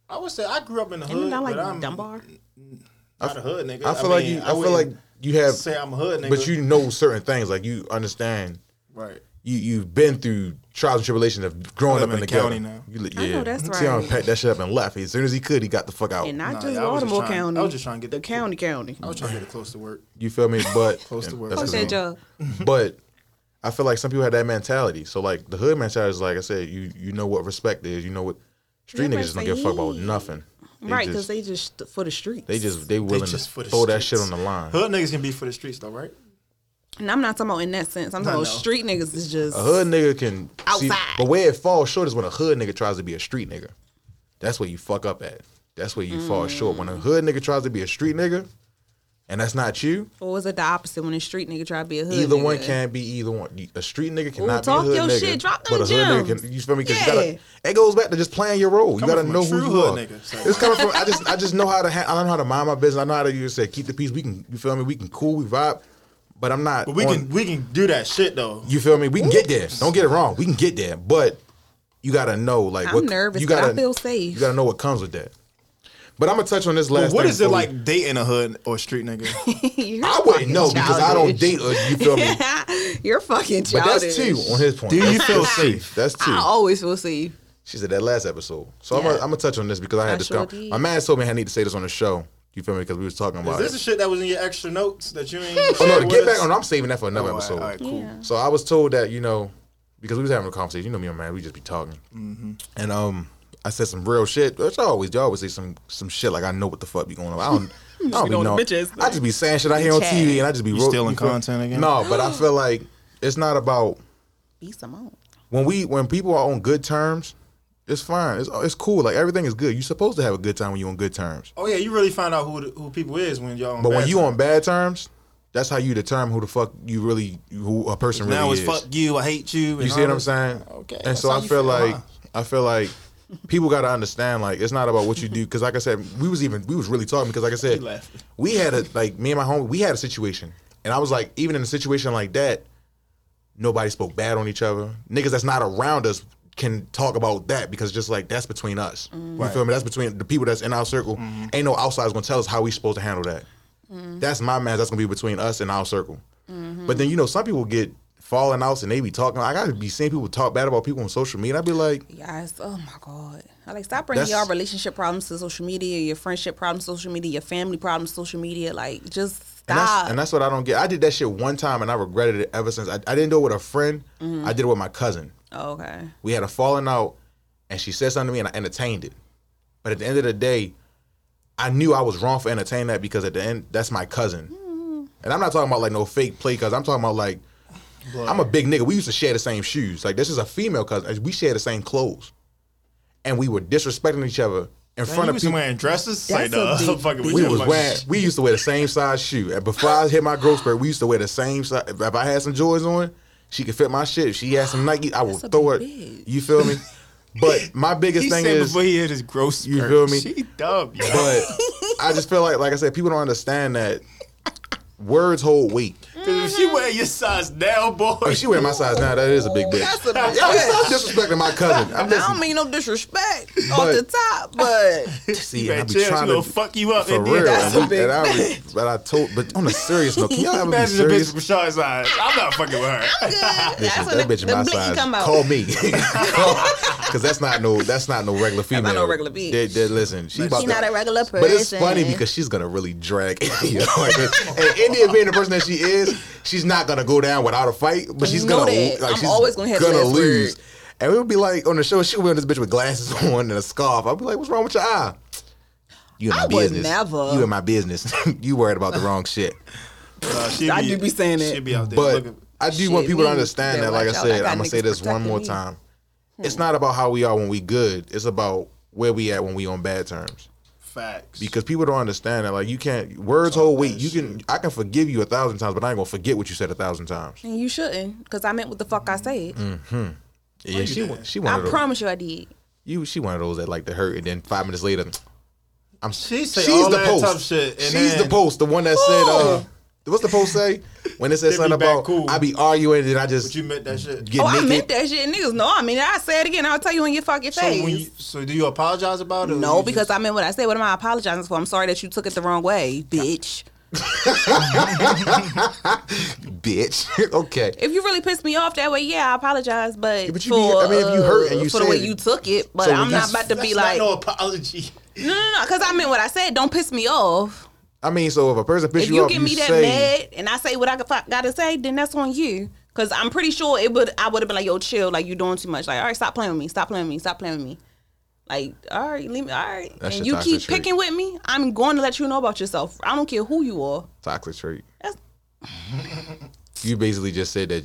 S4: I would say I grew up in the
S1: Ain't
S4: hood,
S1: it not like
S4: but I'm
S1: Dunbar?
S4: not a hood nigga.
S2: I feel like
S4: mean,
S2: you. I, feel like
S4: wouldn't
S2: you have,
S4: say I'm a hood nigga,
S2: but you know certain things. Like you understand.
S4: right.
S2: You you've been throh trials and tribulations of growing
S4: I
S2: up
S4: live
S2: in the county now. You, li- yeah.
S1: I know that's
S2: Tion
S1: right.
S2: packed that shit up and left. As soon as he could, he got the fuck out.
S1: And not
S4: Nah,
S1: just
S4: I was just
S1: Baltimore
S4: trying-
S1: County.
S4: I was just trying to get
S1: the
S4: the-
S1: county county.
S4: I was trying to get it close to work.
S2: You feel me? But
S4: Close to work.
S2: that's
S1: Fuck
S2: his name.
S1: that job.
S2: *laughs* But I feel like some people have that mentality. So like the hood mentality is like I said, you you know what respect is. You know what street
S1: Yeah,
S2: niggas just don't
S1: but
S2: give a fuck about
S1: they-
S2: nothing. They
S1: Right,
S2: just-
S1: because they just for the streets.
S2: they just they willing
S4: just for
S2: to
S4: the
S2: throw that shit
S4: streets.
S2: on the line.
S4: Hood niggas can be for the streets though, right?
S1: And I'm not talking about in that sense. I'm
S4: No,
S1: talking
S4: no.
S1: about street niggas is just
S2: A hood nigga can
S1: Outside.
S2: but where it falls short is when a hood nigga tries to be a street nigga. That's where you fuck up at. That's where you fall short. When a hood nigga tries to be a street nigga, and that's not you.
S1: or was it the opposite when a street nigga try to be a hood?
S2: Either one
S1: nigga?
S2: can't be either one. A street nigga cannot
S1: talk
S2: be a
S1: your
S2: hood nigga,
S1: shit. Drop them
S2: but a hood nigga
S1: gems.
S2: can. You feel me? 'Cause
S1: Yeah.
S2: you gotta. It goes back to just playing your role.
S4: Coming
S2: you gotta
S4: from a
S2: know who
S4: true
S2: you
S4: hood
S2: are.
S4: nigga, so-
S2: It's coming from. I just I just know how to. Ha- I know how to mind my business. I know how to. You say keep the peace. We can. You feel me? We can cool. We vibe. But I'm not.
S4: But we
S2: on-
S4: can we can do that shit though.
S2: you feel me? We can get there. Don't get it wrong. We can get there, but you gotta know like
S1: I'm
S2: what
S1: nervous,
S2: You
S1: but I
S2: gotta
S1: feel safe.
S2: You gotta know what comes with that. But I'm gonna touch on this last.
S4: But what
S2: thing
S4: is it
S2: before
S4: like *laughs* dating a hood or street nigga?
S1: *laughs* You're
S2: we- I wouldn't know
S1: fucking
S2: because I don't
S1: childish.
S2: date. A, you feel me?
S1: *laughs* You're fucking
S2: But
S1: childish.
S2: that's two on his point.
S5: Do you
S2: That's-
S5: feel
S2: that's
S5: safe? Ah, oh.
S2: That's two.
S1: I always feel safe.
S2: She said that last episode. So I'm
S1: Yeah.
S2: gonna I'm gonna touch on this because I had
S1: I
S2: this.
S1: sure
S2: con-
S1: did.
S2: my man told me I need to say this on the show. You feel me? Because we was talking
S4: Is
S2: about
S4: this the
S2: it.
S4: shit that was in your extra notes that you ain't? *laughs* Oh
S2: Oh no, to get back on. I'm saving that for another
S5: all right,
S2: episode.
S5: all right, cool. Yeah.
S2: So I was told that you know because we was having a conversation. You know me, and my man. We just be talking, and um, I said some real shit. Which I always, you always say some some shit like I know what the fuck be going on. I don't. I don't
S1: be
S2: be
S1: knowing
S2: know.
S1: bitches,
S2: I just be saying shit I hear on
S1: Bitch
S2: TV, and I just be
S5: You
S2: ro-
S5: stealing
S2: feel-
S5: content again?
S2: No, but I feel like it's not about
S3: Be Simone.
S2: when we when people are on good terms. It's fine. It's it's cool. Like everything is good. You're supposed to have a good time when you're on good terms.
S4: Oh yeah, you really find out who the, who people is when y'all. On
S2: But when
S4: bad
S2: you
S4: terms.
S2: on bad terms, that's how you determine who the fuck you really, who a person really
S5: now it's
S2: is.
S5: fuck you. I hate you.
S2: You
S5: and
S2: see what
S5: all
S2: I'm
S5: this.
S2: saying?
S5: Okay,
S2: And
S5: that's
S2: so
S5: how
S2: I
S5: you feel,
S2: feel like
S5: huh?
S2: I feel like people got to understand like it's not about what you do because like I said we was even we was really talking because like I said
S4: left.
S2: we had a like me and my homie we had a situation and I was like even in a situation like that nobody spoke bad on each other niggas that's not around us can talk about that because just like that's between us you feel me that's between the people that's in our circle ain't no outsider's gonna tell us how we supposed to handle that that's my man. That's gonna be between us and our circle. But then you know, some people get falling outs and they be talking. I gotta be seeing people talk bad about people on social media. I'd be like,
S1: Yes. Oh my God. I like stop bringing
S2: That's-
S1: y'all relationship problems to social media, your friendship problems to social media, your family problems to social media. Like just
S2: and
S1: stop.
S2: that's, and that's what I don't get. I did that shit one time and I regretted it ever since. I, I didn't do it with a friend. I did it with my cousin.
S1: oh, okay.
S2: We had a falling out, and she said something to me, and I entertained it. But at the end of the day, I knew I was wrong for entertaining that because at the end, that's my cousin. And I'm not talking about like no fake play because I'm talking about like I'm a big nigga. We used to share the same shoes. Like this is a female cousin. We share the same clothes, and we were disrespecting each other in
S4: Man,
S2: front
S4: you
S2: of
S4: was
S2: people.
S4: wearing dresses.
S1: That's
S4: Like,
S1: a
S4: nah,
S1: big
S4: I'm fucking with
S2: We
S4: you.
S2: was
S4: Like,
S2: wearing. We used to wear the same size shoe. And before I hit my growth spurt, we used to wear the same size. If I had some Jordans on, she could fit my shit. If she had some Nike, I would
S1: That's a
S2: throw it.
S1: big bitch.
S2: You feel me? But my biggest
S5: He
S2: thing
S5: said
S2: is,
S5: before he hit his gross.
S2: You
S5: spurt,
S2: feel me?
S5: She dumb. yo.
S2: but I just feel like, like I said, people don't understand that words hold weight.
S5: 'Cause if she
S2: *laughs*
S5: wear your size now, boy.
S4: *laughs*
S2: If she wear my size now, that is a big bitch.
S1: That's what I'm
S2: Yo,
S1: saying.
S2: stop disrespecting my cousin. I'm
S1: I don't
S2: just
S1: mean no disrespect
S2: But-
S1: off the top,
S2: *laughs*
S1: but
S2: see,
S5: You
S2: and I
S5: better
S2: be
S5: chill. She
S2: trying to
S5: gonna fuck you up.
S2: for
S5: in the
S2: real.
S5: end.
S1: That's a
S2: and we-
S1: big
S2: and I was- but I told, but on a serious note, can y'all
S4: *laughs*
S2: ever be
S5: Imagine the
S2: serious?
S5: bitch with Rashad's eyes. I'm not fucking with her.
S1: that's
S2: that
S1: when the,
S2: bitch
S1: the
S2: my
S1: blicky
S2: size.
S1: come out. *laughs*
S2: Call me, *laughs* because that's not no that's not no regular female.
S1: no regular bitch.
S2: They- they- listen, she about
S3: She
S2: to-
S3: not a regular person.
S2: But it's funny because she's gonna really drag *laughs* India. and India being the person that she is, she's not gonna go down without a fight. But she's
S1: know
S2: gonna
S1: that.
S2: like
S1: I'm
S2: she's
S1: always gonna have the last
S2: lose.
S1: word.
S2: And we would be like on the show, she would be on this bitch with glasses *laughs* on and a scarf. I'd be like, "What's wrong with your eye? You in my
S1: I would
S2: business?
S1: never.
S2: You in my business? *laughs* you worried about the wrong shit."
S4: Nah, she
S1: I do be saying that.
S4: She be out there.
S2: But
S4: looking-
S2: I do want
S1: Shit,
S2: people to
S1: me,
S2: understand
S1: better
S2: that, like I
S1: watch out.
S2: said,
S1: I got
S2: I'm gonna say
S1: niggas
S2: this one
S1: protecting
S2: more
S1: me. Hmm.
S2: time. It's not about how we are when we good. It's about where we at when we on bad terms.
S4: facts.
S2: Because people don't understand that, like you can't words hold weight. You can I can forgive you a thousand times, but I ain't gonna forget what you said a thousand times.
S1: and you shouldn't, because I meant what the fuck I said.
S2: Yeah, she wa- she Mm. one
S1: I
S2: of those.
S1: promise you I did.
S2: you she one of those that like to hurt, and then five minutes later, I'm
S4: She say all that tough shit, and
S2: she's the
S4: then-
S2: post, the one that said, uh, what's the post say when it said
S4: They be
S2: something
S4: back
S2: about
S4: cool.
S2: I be arguing and I just
S4: But you meant that shit.
S2: get
S1: Oh, I
S2: naked.
S1: meant that shit. Niggas know I mean it. I say it again. I'll tell you in your fucking
S4: so
S1: face.
S4: when you, so do you apologize about it? or
S1: no,
S4: you
S1: because
S4: just-
S1: I meant what I said. What am I apologizing for? I'm sorry that you took it the wrong way, bitch.
S2: bitch. *laughs* okay.
S1: If you really pissed me off that way, yeah, I apologize. But,
S2: but you
S1: for,
S2: be- I mean, if you hurt and
S1: uh,
S2: you
S1: for the way
S2: said-
S1: you took it, but
S2: So when
S1: I'm not
S2: you-
S1: about to be
S4: That's
S1: like,
S4: not no
S1: no,
S4: apology. *laughs*
S1: no, no, because I meant what I said. Don't piss me off.
S2: I mean, so if a person piss
S1: if you
S2: off,
S1: get
S2: you
S1: me that
S2: say,
S1: mad and I say what I got- gotta say, then that's on you. Cause I'm pretty sure it would. I would have been like, "Yo, chill. Like you're doing too much. Like, all right, stop playing with me. Stop playing with me. Stop playing with me. Like, all right, leave me. All right.
S2: That's
S1: and
S2: your
S1: you keep
S2: toxic trait.
S1: picking with me. I'm going to let you know about yourself. I don't care who you are.
S2: toxic trait.
S1: That's,
S2: You basically just said that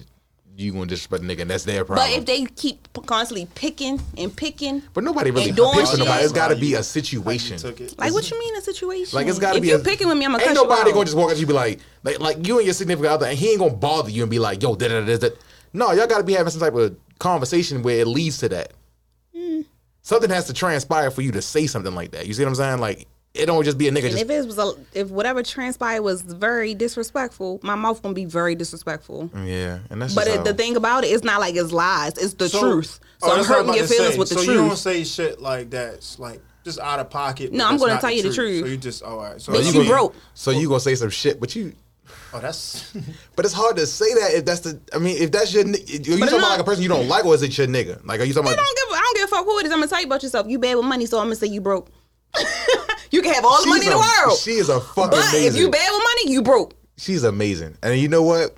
S2: you gonna disrespect a nigga, and that's their problem.
S1: but if they keep constantly picking and picking,
S2: But nobody really
S1: and doing
S2: pissing
S1: shit-
S2: about. It's got to
S4: How
S2: be
S4: you-
S2: a
S4: You
S2: situation.
S4: took it.
S1: like, what you mean a situation?
S2: Like it's got to
S1: If
S2: be.
S1: you
S2: a,
S1: picking with me, I'm gonna
S2: Ain't
S1: cut you
S2: nobody
S1: out.
S2: gonna just walk at you and be like, like, like you and your significant other, and he ain't gonna bother you and be like, yo, da da da da. No, y'all got to be having some type of conversation where it leads to that.
S1: Hmm.
S2: Something has to transpire for you to say something like that. You see what I'm saying? Like it don't just be a nigga
S1: And
S2: just
S1: if it was a, if whatever transpired was very disrespectful, my mouth gonna be very disrespectful.
S2: yeah. And that's
S1: But
S2: just
S1: it,
S2: how-
S1: the thing about it, it's not like it's lies. It's the
S4: So-
S1: truth. So
S4: oh,
S1: I'm
S4: that's what
S1: hurting
S4: about
S1: your
S4: to
S1: feelings
S4: say.
S1: with the
S4: so
S1: truth.
S4: you don't say shit like that's like just out of pocket.
S1: No,
S4: but
S1: I'm
S4: that's
S1: gonna
S4: not
S1: tell you the truth.
S4: So you just all right. So
S1: Bitch,
S4: I
S1: you
S4: mean,
S1: broke.
S2: So you gonna say some shit, but you
S4: Oh, that's *laughs*
S2: But it's hard to say that if that's the. I mean, if that's your. ni- Are you talking
S1: not-
S2: about like a person you don't like, or is it your nigga? Like, are you talking
S1: I
S2: about?
S1: don't give. a- I don't give a fuck who it is. I'm gonna tell you about yourself. You bad with money, so I'm gonna say you broke. *laughs* you can have all the money in
S2: a,
S1: the world,
S2: She is a fucking
S1: but
S2: amazing.
S1: if you bad with money, you broke.
S2: she's amazing. And you know what?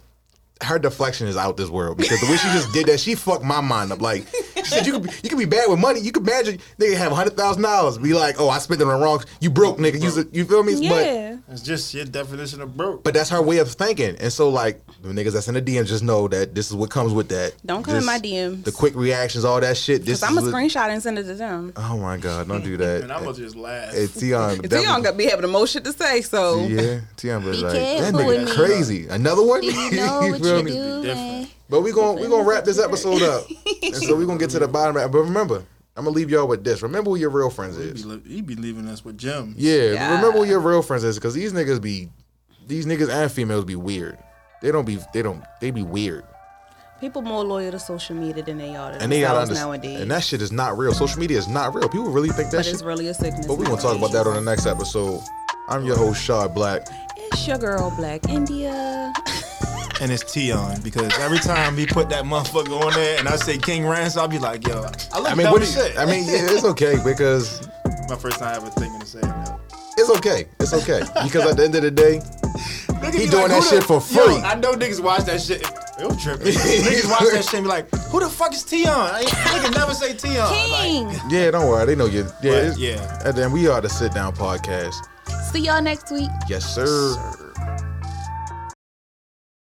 S2: Her deflection is out this world because the way she just did that, she fucked my mind up. Like she said, you could be, you could be bad with money. You could imagine nigga have hundred thousand dollars, be like, oh, I spent it on the wrong. You broke, nigga. You, you feel me? But
S1: Yeah.
S4: that's just your definition of broke.
S2: but that's her way of thinking. And so like the niggas that's in the DMs just know that this is what comes with that.
S1: Don't come in
S2: Just
S1: my DMs.
S2: The quick reactions, all that shit. This
S1: Cause I'm a
S2: is what-
S1: screenshot and send it to them.
S2: Oh my god, don't do
S4: and I'm
S2: that.
S4: gonna just laugh.
S2: Hey, Tion,
S1: Dion gonna be having the most shit to say, so
S2: Yeah, Tion was
S3: Be
S2: like, that
S3: careful
S2: nigga
S3: with me.
S2: crazy. Another one? *laughs*
S3: You know what
S2: feel
S3: you're
S2: me?
S3: doing.
S2: But we're gonna we gonna wrap this episode up. and so we're gonna get to the bottom of it. But remember, I'm gonna leave y'all with this. Remember who your real friends
S4: He
S2: is.
S4: be, li- he be leaving us with gems.
S2: Yeah,
S1: Yeah.
S2: remember who your real friends is, because these niggas be these niggas and females be weird. They don't be they don't they be weird.
S1: people more loyal to social media than they are to
S2: And they gotta
S1: themselves
S2: understand
S1: nowadays.
S2: and that shit is not real. Social media is not real. People really think that
S1: but
S2: shit
S1: it's really a sickness.
S2: But we're gonna talk about that on the next episode. I'm your host, Shaw Black.
S1: It's your girl, Black India. *laughs*
S5: And it's Tion because every time we put that motherfucker on there and I say King Ransom, I'll be like, yo, I love
S2: I mean, what do you, I mean, yeah, it's okay because
S4: My first time ever thinking of saying that.
S2: it's okay. It's okay because at the end of the day,
S4: Nigga
S2: He
S4: be
S2: doing that
S4: who
S2: shit for free.
S4: Yo, I know niggas watch that shit. It'll
S2: *laughs*
S4: trip. me. niggas watch that shit and be like, who the fuck is Tion? I nigga never say Tion. Like,
S1: King.
S2: yeah, don't worry. They know you. Yeah,
S4: Right,
S2: it's-
S4: yeah.
S2: And then we are the sit down podcast.
S3: See y'all next week.
S2: Yes, sir.